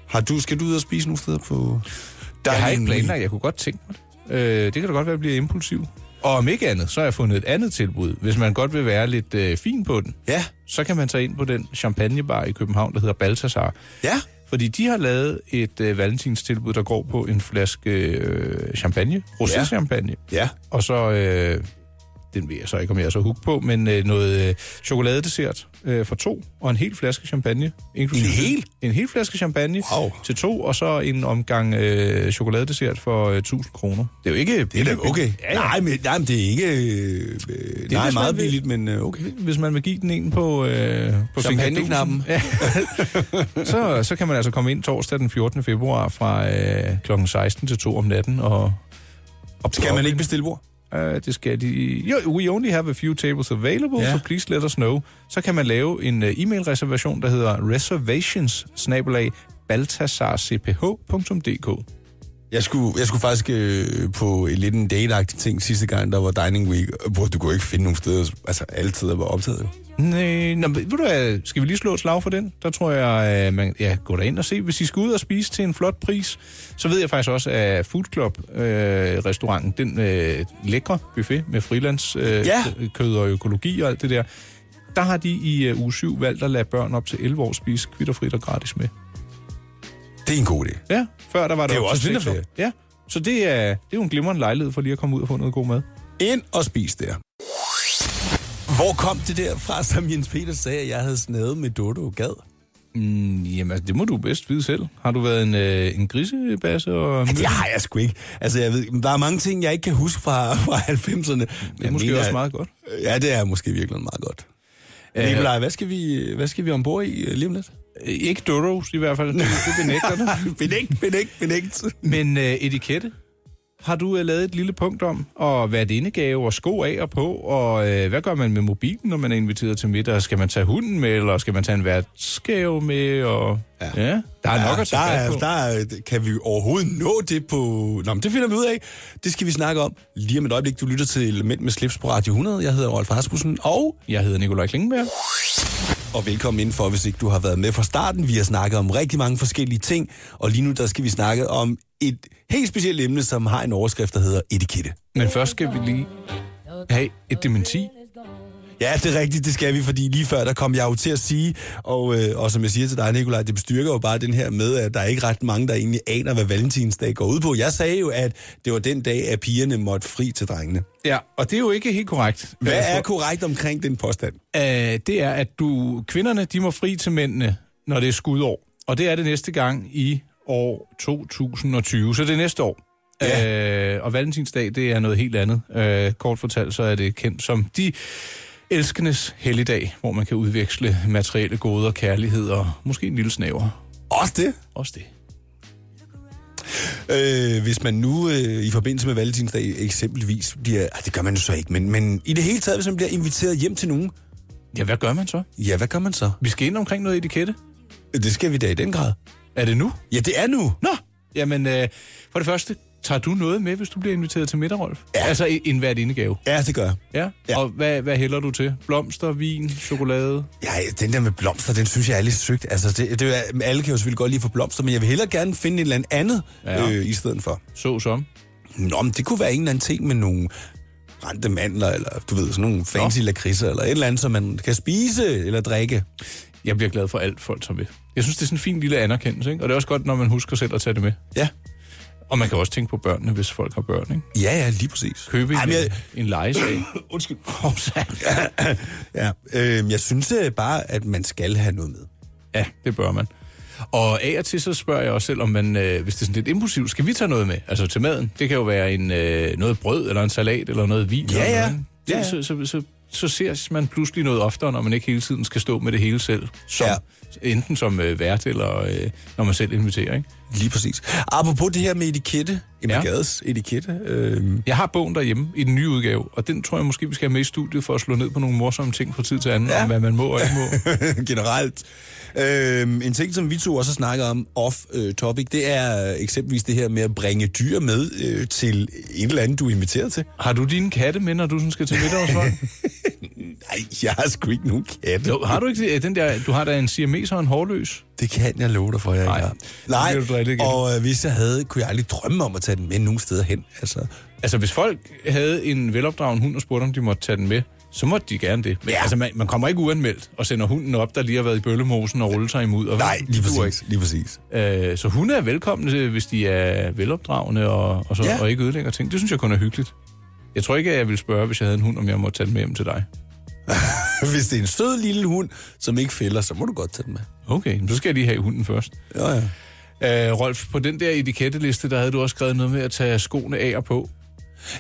[SPEAKER 2] Har du, skal du ud og spise nogle steder på dining
[SPEAKER 3] Jeg har ikke
[SPEAKER 2] week?
[SPEAKER 3] planlagt, jeg kunne godt tænke mig det. Øh, det kan da godt være, at jeg bliver impulsiv. Og om ikke andet, så har jeg fundet et andet tilbud. Hvis man godt vil være lidt øh, fin på den,
[SPEAKER 2] Ja,
[SPEAKER 3] så kan man tage ind på den champagnebar i København, der hedder Baltasar.
[SPEAKER 2] ja.
[SPEAKER 3] Fordi de har lavet et øh, valentinstilbud, der går på en flaske øh, champagne, rosé-champagne, ja.
[SPEAKER 2] Ja.
[SPEAKER 3] og så, øh, den ved jeg så ikke, om jeg er så hooked på, men øh, noget øh, chokoladedessert øh, for to, og en hel flaske champagne. Inklusive
[SPEAKER 2] En hel?
[SPEAKER 3] En hel flaske champagne
[SPEAKER 2] Wow.
[SPEAKER 3] til to, og så en omgang øh, chokoladedessert for øh, 1000 kroner. Det er jo ikke...
[SPEAKER 2] Det er da okay.
[SPEAKER 3] Ja, ja.
[SPEAKER 2] Nej, men, nej, men det er ikke... Øh, det
[SPEAKER 3] hvis
[SPEAKER 2] nej,
[SPEAKER 3] man
[SPEAKER 2] meget
[SPEAKER 3] vil-
[SPEAKER 2] billigt, men øh, okay.
[SPEAKER 3] Hvis man vil give den en på... Øh, på
[SPEAKER 2] Champagneknappen. [LAUGHS]
[SPEAKER 3] fingerdusen, så, så kan man altså komme ind torsdag den 14. februar fra øh, kl. 16 til 2 om natten. Og, og
[SPEAKER 2] Skal man ikke bestille bord?
[SPEAKER 3] Øh, det skal de... Jo, we only have a few tables available,
[SPEAKER 2] Ja.
[SPEAKER 3] yeah. so please let us know. Så kan man lave en øh, e-mail-reservation, der hedder reservations baltasarcph.dk.
[SPEAKER 2] Jeg skulle, jeg skulle faktisk øh, på en lidt en date ting sidste gang, der var dining week, hvor du kunne ikke finde nogen steder, altså alle tider var optaget. jo.
[SPEAKER 3] Nej, nå, men ved du hvad, skal vi lige slå et slag for den? Der tror jeg, øh, man ja, gå derind og se. Hvis I skal ud og spise til en flot pris, så ved jeg faktisk også, at Food Club-restauranten, den øh, lækre buffet med frilands øh,
[SPEAKER 2] Ja.
[SPEAKER 3] kød og økologi og alt det der, der har de i øh, uge 7 valgt at lade børn op til 11 år spise kvitterfrit og gratis med.
[SPEAKER 2] Det er en god idé.
[SPEAKER 3] Ja, før der var det,
[SPEAKER 2] Det er jo
[SPEAKER 3] op
[SPEAKER 2] også
[SPEAKER 3] til seks
[SPEAKER 2] vinterferie.
[SPEAKER 3] år. Ja, så det er, det er jo en glimrende lejlighed for lige at komme ud og få noget god mad.
[SPEAKER 2] Ind og spis der. Hvor kom det der fra, som Jens Peter sagde, at jeg havde snedet med Dodo Gad?
[SPEAKER 3] Mm, jamen, altså, det må du bedst vide selv. Har du været en, øh, en grisebasse? Og...
[SPEAKER 2] Det har jeg sgu ikke. Altså, jeg ved, men der er mange ting, jeg ikke kan huske fra, fra 90'erne. Men
[SPEAKER 3] Det er
[SPEAKER 2] jeg
[SPEAKER 3] måske
[SPEAKER 2] mener,
[SPEAKER 3] også meget godt.
[SPEAKER 2] at- Ja, det er måske virkelig meget godt. Øh, Nikolaj, hvad skal, vi, hvad skal vi ombord i øh, lige om lidt?
[SPEAKER 3] Øh, Ikke Doros i hvert fald, det benægter det.
[SPEAKER 2] benægt, benægt, benægt.
[SPEAKER 3] [LAUGHS] Men øh, etikette, har du øh, lavet et lille punkt om, og hvad er det indegave, og sko af og på, og øh, hvad gør man med mobilen, når man er inviteret til middag? Skal man tage hunden med, eller skal man tage en værtsgave med? Og... Ja. ja, der er
[SPEAKER 2] Ja,
[SPEAKER 3] nok at
[SPEAKER 2] der,
[SPEAKER 3] tage fat
[SPEAKER 2] er,
[SPEAKER 3] på.
[SPEAKER 2] der er, kan vi overhovedet nå det på... Nå, men det finder vi ud af. Det skal vi snakke om lige om et øjeblik. Du lytter til Mænd med slips på Radio 100. Jeg hedder Rolf Rasmussen, og
[SPEAKER 3] Jeg hedder Nikolaj Klingenberg.
[SPEAKER 2] Og velkommen indenfor, hvis ikke du har været med fra starten. Vi har snakket om rigtig mange forskellige ting, og lige nu der skal vi snakke om et helt specielt emne, som har en overskrift, der hedder etikette.
[SPEAKER 3] Men først skal vi lige have et dementi.
[SPEAKER 2] Ja, det er rigtigt, det skal vi, fordi lige før, der kom jeg jo til at sige, og, øh, og som jeg siger til dig, Nikolaj, det bestyrker jo bare den her med, at der er ikke ret mange, der egentlig aner, hvad valentinsdag går ud på. Jeg sagde jo, at det var den dag, at pigerne måtte fri til drengene.
[SPEAKER 3] Ja, og det er jo ikke helt korrekt.
[SPEAKER 2] Hvad
[SPEAKER 3] Øh,
[SPEAKER 2] er korrekt omkring den påstand?
[SPEAKER 3] øh, det er, at du kvinderne de må fri til mændene, når det er skudår. Og det er det næste gang i år 2020, så det er næste år. Ja. Øh, og valentinsdag, det er noget helt andet. Øh, kort fortalt, så er det kendt som de elskendes helligdag, hvor man kan udveksle materielle goder, kærlighed og måske en lille snæver.
[SPEAKER 2] Også det?
[SPEAKER 3] Også det.
[SPEAKER 2] Øh, hvis man nu øh, i forbindelse med valentinsdag eksempelvis bliver... Ah, det gør man jo så ikke, men, men i det hele taget, hvis man bliver inviteret hjem til nogen,
[SPEAKER 3] Ja, hvad gør man så?
[SPEAKER 2] ja, hvad gør man så?
[SPEAKER 3] Vi skal ind omkring noget etikette.
[SPEAKER 2] Det skal vi da i den grad.
[SPEAKER 3] Er det nu?
[SPEAKER 2] Ja, det er nu.
[SPEAKER 3] Nå, jamen øh, for det første, tager du noget med, hvis du bliver inviteret til middag, Rolf? Ja. Altså en en hvert indegave.
[SPEAKER 2] Ja, det gør jeg.
[SPEAKER 3] Ja.
[SPEAKER 2] Ja.
[SPEAKER 3] ja. Og hvad, hvad hælder du til? Blomster, vin, chokolade?
[SPEAKER 2] Ja, den der med blomster, den synes jeg er lidt sygt. Altså, det, det, er- alle kan jo selvfølgelig godt lide for blomster, men jeg vil hellere gerne finde et eller andet andet ja.
[SPEAKER 3] Ja.
[SPEAKER 2] øh, i stedet for.
[SPEAKER 3] Så som?
[SPEAKER 2] Nå, men det kunne være en eller anden ting med nogle brændte mandler, eller du ved, sådan nogle fancy lakridser, eller et eller andet, som man kan spise eller drikke.
[SPEAKER 3] Jeg bliver glad for alt, folk tager med. Jeg synes, det er sådan en fin lille anerkendelse, ikke? Og det er også godt, når man husker selv at tage det med.
[SPEAKER 2] Ja.
[SPEAKER 3] Og man kan også tænke på børnene, hvis folk har børn, ikke?
[SPEAKER 2] Ja, ja, lige præcis.
[SPEAKER 3] Købe en,
[SPEAKER 2] Ej, men jeg-
[SPEAKER 3] jeg... en legesag.
[SPEAKER 2] [COUGHS] Undskyld.
[SPEAKER 3] Åh,
[SPEAKER 2] ja, øh, jeg synes øh, bare, at man skal have noget med.
[SPEAKER 3] Ja, det bør man. Og af og til så spørger jeg også selv, om man, øh, hvis det er sådan lidt impulsivt, skal vi tage noget med? Altså til maden. Det kan jo være en, øh, noget brød, eller en salat, eller noget vin.
[SPEAKER 2] Ja,
[SPEAKER 3] eller
[SPEAKER 2] ja.
[SPEAKER 3] noget, ikke? Det,
[SPEAKER 2] Ja, ja.
[SPEAKER 3] Så, så, så, så ser man pludselig noget oftere, når man ikke hele tiden skal stå med det hele selv. Som,
[SPEAKER 2] Ja.
[SPEAKER 3] ja. Enten som øh, vært, eller øh, når man selv inviterer. Ikke?
[SPEAKER 2] Lige præcis. Apropos det her med etikette, Emma ja.
[SPEAKER 3] Ja.
[SPEAKER 2] Gades etikette, øh,
[SPEAKER 3] Jeg har bogen derhjemme i den nye udgave, og den tror jeg måske, vi skal have med i studiet for at slå ned på nogle morsomme ting fra tid til anden,
[SPEAKER 2] Ja.
[SPEAKER 3] ja. om hvad man må og ikke må.
[SPEAKER 2] [LAUGHS] generelt. Øh, en ting, som vi to også har snakket om off-topic, det er øh, eksempelvis det her med at bringe dyr med øh, til en eller anden, du er inviteret til.
[SPEAKER 3] har du dine katte med, når du sådan skal til middag hos
[SPEAKER 2] [LAUGHS]
[SPEAKER 3] folk?
[SPEAKER 2] Nej, jeg har sgu ikke nogen katte.
[SPEAKER 3] Jo, har du ikke det? den der, du har da en siameser og en hårløs?
[SPEAKER 2] Det kan jeg love dig for, jeg
[SPEAKER 3] Nej.
[SPEAKER 2] ikke har.
[SPEAKER 3] Så bliver du drillet
[SPEAKER 2] Nej,
[SPEAKER 3] igen.
[SPEAKER 2] og øh, hvis jeg havde, kunne jeg aldrig drømme om at tage den med nogen steder hen. Altså,
[SPEAKER 3] Altså, hvis folk havde en velopdragen hund og spurgte, om de måtte tage den med, så måtte de gerne det. Men
[SPEAKER 2] Ja.
[SPEAKER 3] ja. altså, man, man kommer ikke uanmeldt og sender hunden op, der lige har været i bøllemosen og ruller sig imod. Og
[SPEAKER 2] nej, lige
[SPEAKER 3] Du er
[SPEAKER 2] præcis. Lige præcis.
[SPEAKER 3] Ikke. Øh, så hunde er velkomne, til, hvis de er velopdragende og, og, så,
[SPEAKER 2] Ja.
[SPEAKER 3] ja. og ikke ødelægger ting. Det synes jeg kun er hyggeligt. Jeg tror ikke, at jeg ville spørge, hvis jeg havde en hund, om jeg måtte tage den med hjem til dig.
[SPEAKER 2] Hvis det er en sød lille hund, som ikke fælder, så må du godt tage den med.
[SPEAKER 3] Okay, men så skal jeg lige have hunden først.
[SPEAKER 2] Jo, ja.
[SPEAKER 3] Øh, Rolf, på den der etiketteliste, der havde du også skrevet noget med at tage skoene af og på.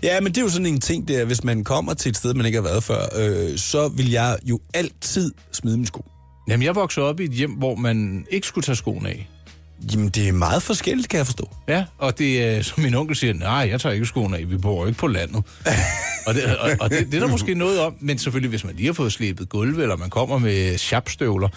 [SPEAKER 2] Ja, men det er jo sådan en ting der, hvis man kommer til et sted, man ikke har været før, øh, så vil jeg jo altid smide min sko.
[SPEAKER 3] Jamen, jeg voksede op i et hjem, hvor man ikke skulle tage skoene af.
[SPEAKER 2] Jamen, det er meget forskelligt, kan jeg forstå.
[SPEAKER 3] Ja, og det er, som min onkel siger, nej, jeg tager ikke skoene af, vi bor jo ikke på landet. og det, og, og det, det er der måske noget om, men selvfølgelig, hvis man lige har fået slebet gulve, eller man kommer med chapstøvler.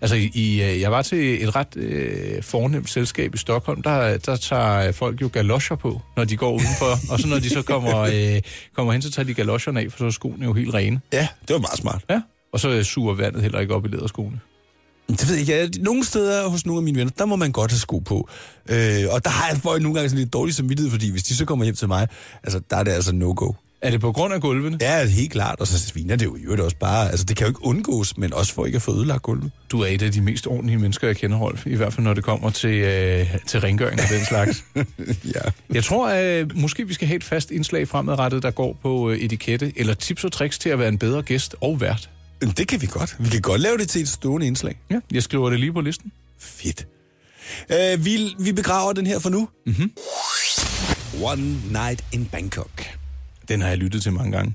[SPEAKER 3] Altså, i, i, øh, jeg var til et ret øh, fornemt selskab i Stockholm, der, der tager øh, folk jo galosjer på, når de går udenfor, og så når de så kommer, øh, kommer hen, så tager de galosherne af, for så er skoene jo helt rene.
[SPEAKER 2] Ja, det var meget smart.
[SPEAKER 3] Ja, og så øh, suger vandet heller ikke op i læderskoene.
[SPEAKER 2] Det ved jeg ikke. jeg- Nogle steder hos nogle af mine venner, der må man godt have sko på. Øh, og der har jeg for nogle gange sådan lidt dårlig samvittighed, fordi hvis de så kommer hjem til mig, altså, der er det altså no-go.
[SPEAKER 3] Er det på grund af gulvene?
[SPEAKER 2] Ja, helt klart. Og så sviner det jo i øvrigt også bare. Altså, det kan jo ikke undgås, men også for ikke at få ødelagt gulvet.
[SPEAKER 3] Du er et af de mest ordentlige mennesker, jeg kender, Rolf. I hvert fald, når det kommer til, øh, til rengøring og den
[SPEAKER 2] [LAUGHS]
[SPEAKER 3] slags.
[SPEAKER 2] [LAUGHS] ja.
[SPEAKER 3] Jeg tror, at måske vi skal have et fast indslag fremadrettet, der går på øh, etikette, eller tips og tricks til at være en bedre gæst og vært.
[SPEAKER 2] Men Det kan vi godt. Vi kan godt lave det til et stående indslag.
[SPEAKER 3] Ja. Jeg skriver det lige på listen.
[SPEAKER 2] Fedt. Øh, vi, vi begraver den her for nu. Mm-hmm. One Night in Bangkok.
[SPEAKER 3] Den har jeg lyttet til mange gange.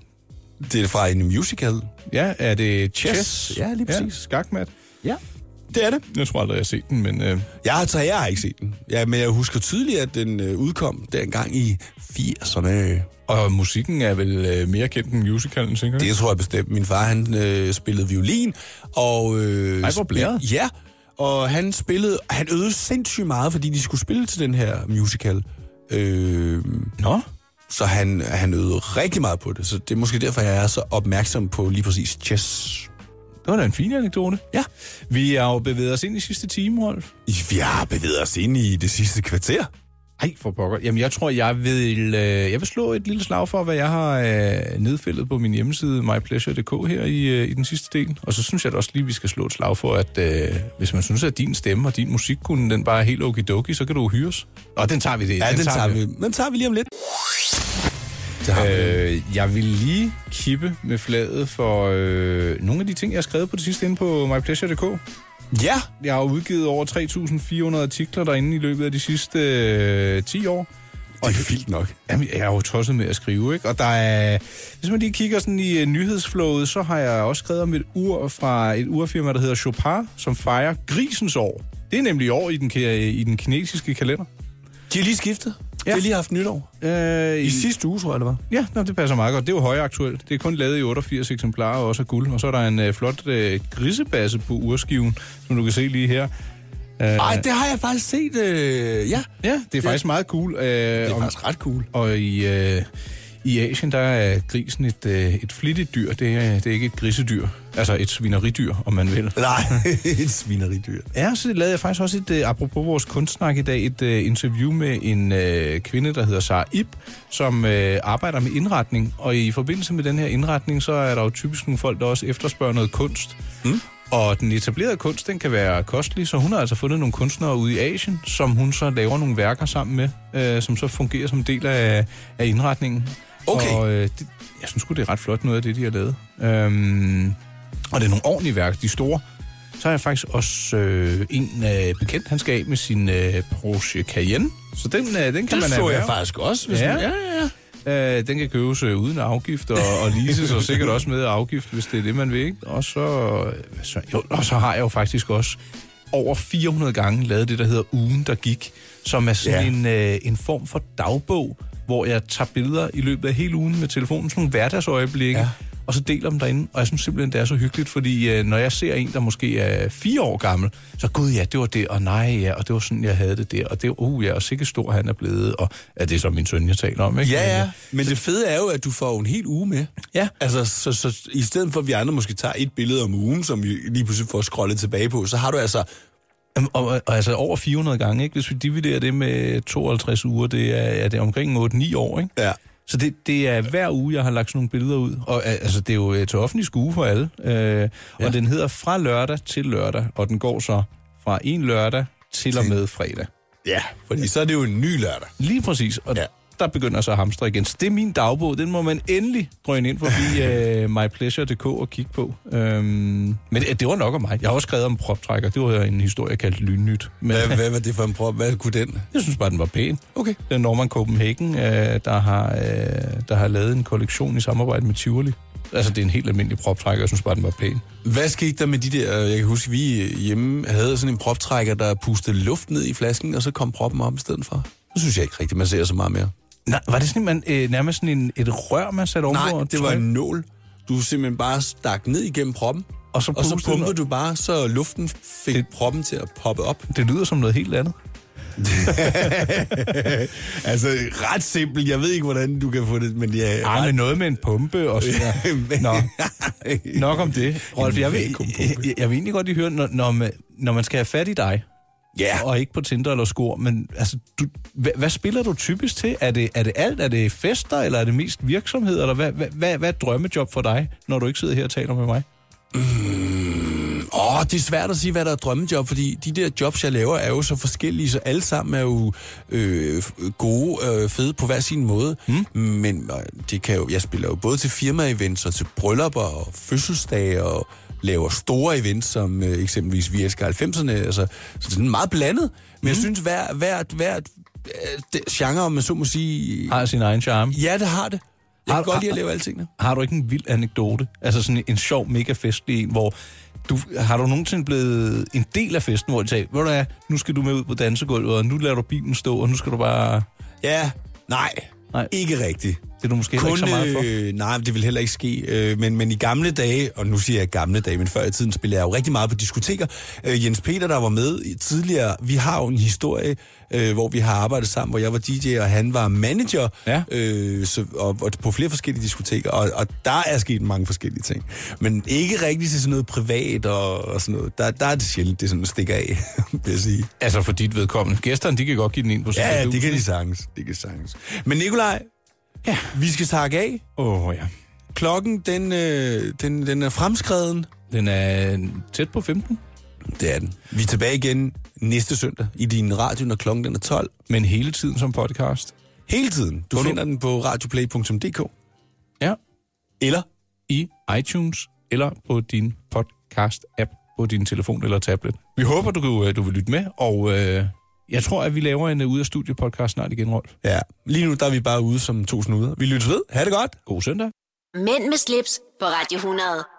[SPEAKER 2] Det er fra en musical.
[SPEAKER 3] Ja, er det chess?
[SPEAKER 2] Chess. Ja, lige præcis.
[SPEAKER 3] skakmat.
[SPEAKER 2] Ja. Det er det.
[SPEAKER 3] Jeg tror aldrig, jeg har set den, men øh,
[SPEAKER 2] Jeg har, så jeg har ikke set den. Ja, men jeg husker tydeligt, at den øh, udkom dengang i 80'erne.
[SPEAKER 3] og musikken er vel øh, mere kendt end musicalen, tænker jeg.
[SPEAKER 2] Det tror jeg bestemt. Min far, han øh, spillede violin, og... Øh,
[SPEAKER 3] Ej, hvor blæret.
[SPEAKER 2] spil- Ja, og han spillede... Han øvede sindssygt meget, fordi de skulle spille til den her musical. Øh,
[SPEAKER 3] Nå,
[SPEAKER 2] Så han, han øvede rigtig meget på det, så det er måske derfor, jeg er så opmærksom på lige præcis chess.
[SPEAKER 3] det var da en fin anekdote.
[SPEAKER 2] Ja.
[SPEAKER 3] Vi har jo bevæget os ind i sidste time, Rolf.
[SPEAKER 2] Vi har bevæget os ind i det sidste kvarter.
[SPEAKER 3] Ej, for pokker. Jamen, jeg tror, jeg vil, øh, jeg vil slå et lille slag for, hvad jeg har øh, nedfældet på min hjemmeside, mypleasure.dk, her i, øh, i den sidste del. Og så synes jeg da også lige, vi skal slå et slag for, at øh, hvis man synes, at din stemme og din musikkunde, den bare er helt okidoki, så kan du hyres. Og den tager vi det.
[SPEAKER 2] Ja, den, den tager vi. Den tager vi lige om lidt. Det har øh.
[SPEAKER 3] Øh, jeg vil lige kippe med flaget for øh, nogle af de ting, jeg har skrevet på det sidste inde på mypleasure.dk.
[SPEAKER 2] Ja,
[SPEAKER 3] Jeg har udgivet over 3.400 artikler derinde i løbet af de sidste øh, 10 år.
[SPEAKER 2] og det er fint nok.
[SPEAKER 3] Jamen, jeg er jo tosset med at skrive, ikke? Og der er... Hvis man lige kigger sådan i uh, nyhedsflowet, så har jeg også skrevet om et ur fra et urfirma, der hedder Chopin, som fejrer grisens år. Det er nemlig i år i den, ki- i den kinesiske kalender.
[SPEAKER 2] De har lige skiftet. Ja. De
[SPEAKER 3] Ja.
[SPEAKER 2] har lige haft nytår.
[SPEAKER 3] Øh,
[SPEAKER 2] I sidste uge, tror jeg, det var.
[SPEAKER 3] Ja, nå, det passer meget godt. Det er jo højaktuelt. Det er kun lavet i 88 eksemplarer og også af guld. Og så er der en øh, flot øh, grisebasse på urskiven, som du kan se lige her.
[SPEAKER 2] Nej, Øh. det har jeg faktisk set. Øh, ja,
[SPEAKER 3] Ja, det er faktisk meget cool. Øh,
[SPEAKER 2] det er faktisk ret cool.
[SPEAKER 3] Og i, øh, i Asien, der er grisen et, øh, et flittigt dyr. Det er, det er ikke et grisedyr. Altså et svineridyr, om man vil.
[SPEAKER 2] Nej, [LAUGHS] et svineridyr.
[SPEAKER 3] Ja, så lavede jeg faktisk også et, øh, apropos vores kunstsnak i dag, et øh, interview med en øh, kvinde, der hedder Sara Ip, som øh, arbejder med indretning. Og i forbindelse med den her indretning, så er der jo typisk nogle folk, der også efterspørger noget kunst. Mm. Og den etablerede kunst, den kan være kostelig, så hun har altså fundet nogle kunstnere ude i Asien, som hun så laver nogle værker sammen med, øh, som så fungerer som en del af, af indretningen.
[SPEAKER 2] Okay.
[SPEAKER 3] Og øh, det, jeg synes sgu, det er ret flot noget af det, de har lavet. Øhm, og det er nogle ordentlige værker, de er store. Så har jeg faktisk også øh, en øh, bekendt, han skal af med sin øh, Porsche Cayenne. Så den, øh, den kan
[SPEAKER 2] Det
[SPEAKER 3] man
[SPEAKER 2] så jeg
[SPEAKER 3] erhverve.
[SPEAKER 2] faktisk også. Hvis
[SPEAKER 3] Ja.
[SPEAKER 2] Man, ja, ja, ja.
[SPEAKER 3] Øh, den kan købes øh, uden afgift og, og leases, og sikkert også med afgift, hvis det er det, man vil. Ikke? Og, så, hvad så, jo, og så har jeg jo faktisk også over 400 gange lavet det, der hedder Ugen, der gik, som er sådan ja. en, øh, en form for dagbog, hvor jeg tager billeder i løbet af hele ugen med telefonen, sådan nogle hverdagsøjeblikke, ja. og så deler dem derinde. Og jeg synes simpelthen, det er så hyggeligt, fordi øh, når jeg ser en, der måske er fire år gammel, så gud ja, det var det, og nej ja, og det var sådan, jeg havde det der, og det var, uh ja, og sikkert stor han er blevet, og ja, det er så min søn, jeg taler om, ikke?
[SPEAKER 2] Ja,
[SPEAKER 3] Men, øh,
[SPEAKER 2] ja. Men det fede er jo, at du får jo en hel uge med.
[SPEAKER 3] Ja.
[SPEAKER 2] Altså, så, så i stedet for, at vi andre måske tager et billede om ugen, som vi lige pludselig får scrollet tilbage på, så har du altså...
[SPEAKER 3] Jamen, Og, og, og altså over 400 gange, ikke? Hvis vi dividerer det med 52 uger, det er, er det omkring 8-9 år, ikke?
[SPEAKER 2] Ja.
[SPEAKER 3] Så det, det er hver uge, jeg har lagt sådan nogle billeder ud. Og øh, altså, det er jo øh, til offentlig skue for alle. Øh, ja. Og den hedder Fra lørdag til lørdag, og den går så fra en lørdag til og med fredag.
[SPEAKER 2] Ja, fordi så er det jo en ny lørdag.
[SPEAKER 3] Lige præcis, og
[SPEAKER 2] Ja.
[SPEAKER 3] ja. der begynder så at hamstre igen. Så det er min dagbog, den må man endelig drøne ind [LAUGHS] forbi øh, mypleasure.dk og kigge på. Øhm, men det, det var nok om mig. Jeg har også skrevet om proptrækker, det var en historie kaldt Lynnyt. Men,
[SPEAKER 2] Hvad, hvad var det for en prop? Hvad kunne den?
[SPEAKER 3] Jeg synes bare, den var pæn.
[SPEAKER 2] Okay.
[SPEAKER 3] Det er Norman Copenhagen, øh, der, har, øh, der har lavet en kollektion i samarbejde med Tivoli. Altså, det er en helt almindelig proptrækker, jeg synes bare, den var pæn.
[SPEAKER 2] Hvad skete der med de der... Jeg kan huske, vi hjemme havde sådan en proptrækker, der pustede luft ned i flasken, og så kom proppen op i stedet for. Det synes jeg ikke rigtigt, man ser så meget mere.
[SPEAKER 3] Nej, var det sådan, man, øh, nærmest sådan en, et rør, man satte ovenpå?
[SPEAKER 2] Nej,
[SPEAKER 3] og
[SPEAKER 2] det var
[SPEAKER 3] tryk-
[SPEAKER 2] en nål. Du simpelthen bare stak ned igennem proppen,
[SPEAKER 3] Og så
[SPEAKER 2] og så
[SPEAKER 3] pustede den
[SPEAKER 2] pumpede
[SPEAKER 3] op.
[SPEAKER 2] du bare, så luften fik
[SPEAKER 3] Det-
[SPEAKER 2] proppen til at poppe op.
[SPEAKER 3] Det lyder som noget helt andet.
[SPEAKER 2] Altså, ret simpelt. Jeg ved ikke, hvordan du kan få det, men jeg...
[SPEAKER 3] Ej, men noget med en pumpe og sådan
[SPEAKER 2] men-
[SPEAKER 3] [LAUGHS] noget. Nå, nok om det. Rolf,
[SPEAKER 2] En
[SPEAKER 3] jeg vil,
[SPEAKER 2] vakuumpumpe.
[SPEAKER 3] jeg, jeg vil egentlig godt lige høre, når, når, man, når man skal have fat i dig,
[SPEAKER 2] [LAUGHS] Ja.
[SPEAKER 3] og ikke på Tinder eller skor, men altså, du, hvad, hvad spiller du typisk til? Er det, er det alt? Er det fester, eller er det mest virksomhed? Eller hvad, hvad, hvad, hvad er et drømmejob for dig, når du ikke sidder her og taler med mig?
[SPEAKER 2] Åh, det er svært at sige, hvad der er drømmejob, fordi de der jobs, jeg laver, er jo så forskellige, så alle sammen er jo øh, f- gode, øh, fede på hver sin måde. Mm. Men øh, det kan jo, jeg spiller jo både til firma-events og til bryllupper og fødselsdage og laver store events, som øh, eksempelvis vi elsker 90'erne. Altså, så det er meget blandet, men mm. jeg synes, hver, hvert, hvert øh, det- genre, om man så må sige,
[SPEAKER 3] Har sin egen charme.
[SPEAKER 2] ja, det har det. Jeg
[SPEAKER 3] Har-
[SPEAKER 2] kan godt
[SPEAKER 3] har-
[SPEAKER 2] lide at lave altingene.
[SPEAKER 3] Har du ikke en vild anekdote? Altså sådan en sjov, mega festlig en, hvor du, har du nogensinde blevet en del af festen, hvor de sagde, hvor du er, nu skal du med ud på dansegulvet, og nu lader du bilen stå, og nu skal du bare...
[SPEAKER 2] Ja, nej, nej.
[SPEAKER 3] Nej.
[SPEAKER 2] ikke rigtigt.
[SPEAKER 3] Det er du måske heller
[SPEAKER 2] Kun,
[SPEAKER 3] ikke så meget for.
[SPEAKER 2] øh, nej, det vil heller ikke ske. Øh, men, men i gamle dage, og nu siger jeg gamle dage, men før i tiden spillede jeg jo rigtig meget på diskoteker. Øh, Jens Peter, der var med i- tidligere, vi har jo en historie, øh, hvor vi har arbejdet sammen, hvor jeg var DJ, og han var manager
[SPEAKER 3] Ja.
[SPEAKER 2] øh, så, og, og på flere forskellige diskoteker. Og, og der er sket mange forskellige ting. Men ikke rigtig til sådan noget privat og, og sådan noget. Der, der er det sjældent, det sådan stikker af, [LAUGHS] vil jeg sige.
[SPEAKER 3] Altså for dit vedkommende. Gæsterne, de kan godt give den ind på
[SPEAKER 2] Ja, ja, det kan de sagtens. Det kan de sagtens. Men Nikolaj, ja. vi skal takke af.
[SPEAKER 3] Åh, oh, ja.
[SPEAKER 2] Klokken, den, øh, den, den er fremskreden.
[SPEAKER 3] Den er tæt på 15.
[SPEAKER 2] Det er den. Vi er tilbage igen næste søndag i din radio, når klokken den er 12.
[SPEAKER 3] Men hele tiden som podcast.
[SPEAKER 2] Hele tiden. Du
[SPEAKER 3] Hvor du-
[SPEAKER 2] finder den på radioplay.dk
[SPEAKER 3] Ja.
[SPEAKER 2] eller
[SPEAKER 3] I iTunes eller på din podcast-app på din telefon eller tablet. Vi håber, du, øh, du vil lytte med, og øh, jeg tror, at vi laver en øh, ude af studiepodcast snart igen, Rolf.
[SPEAKER 2] Ja, lige nu der er vi bare ude som to snuder. Vi lyttes ved. Ha' det godt.
[SPEAKER 3] God søndag.
[SPEAKER 1] Mænd med slips på Radio 100.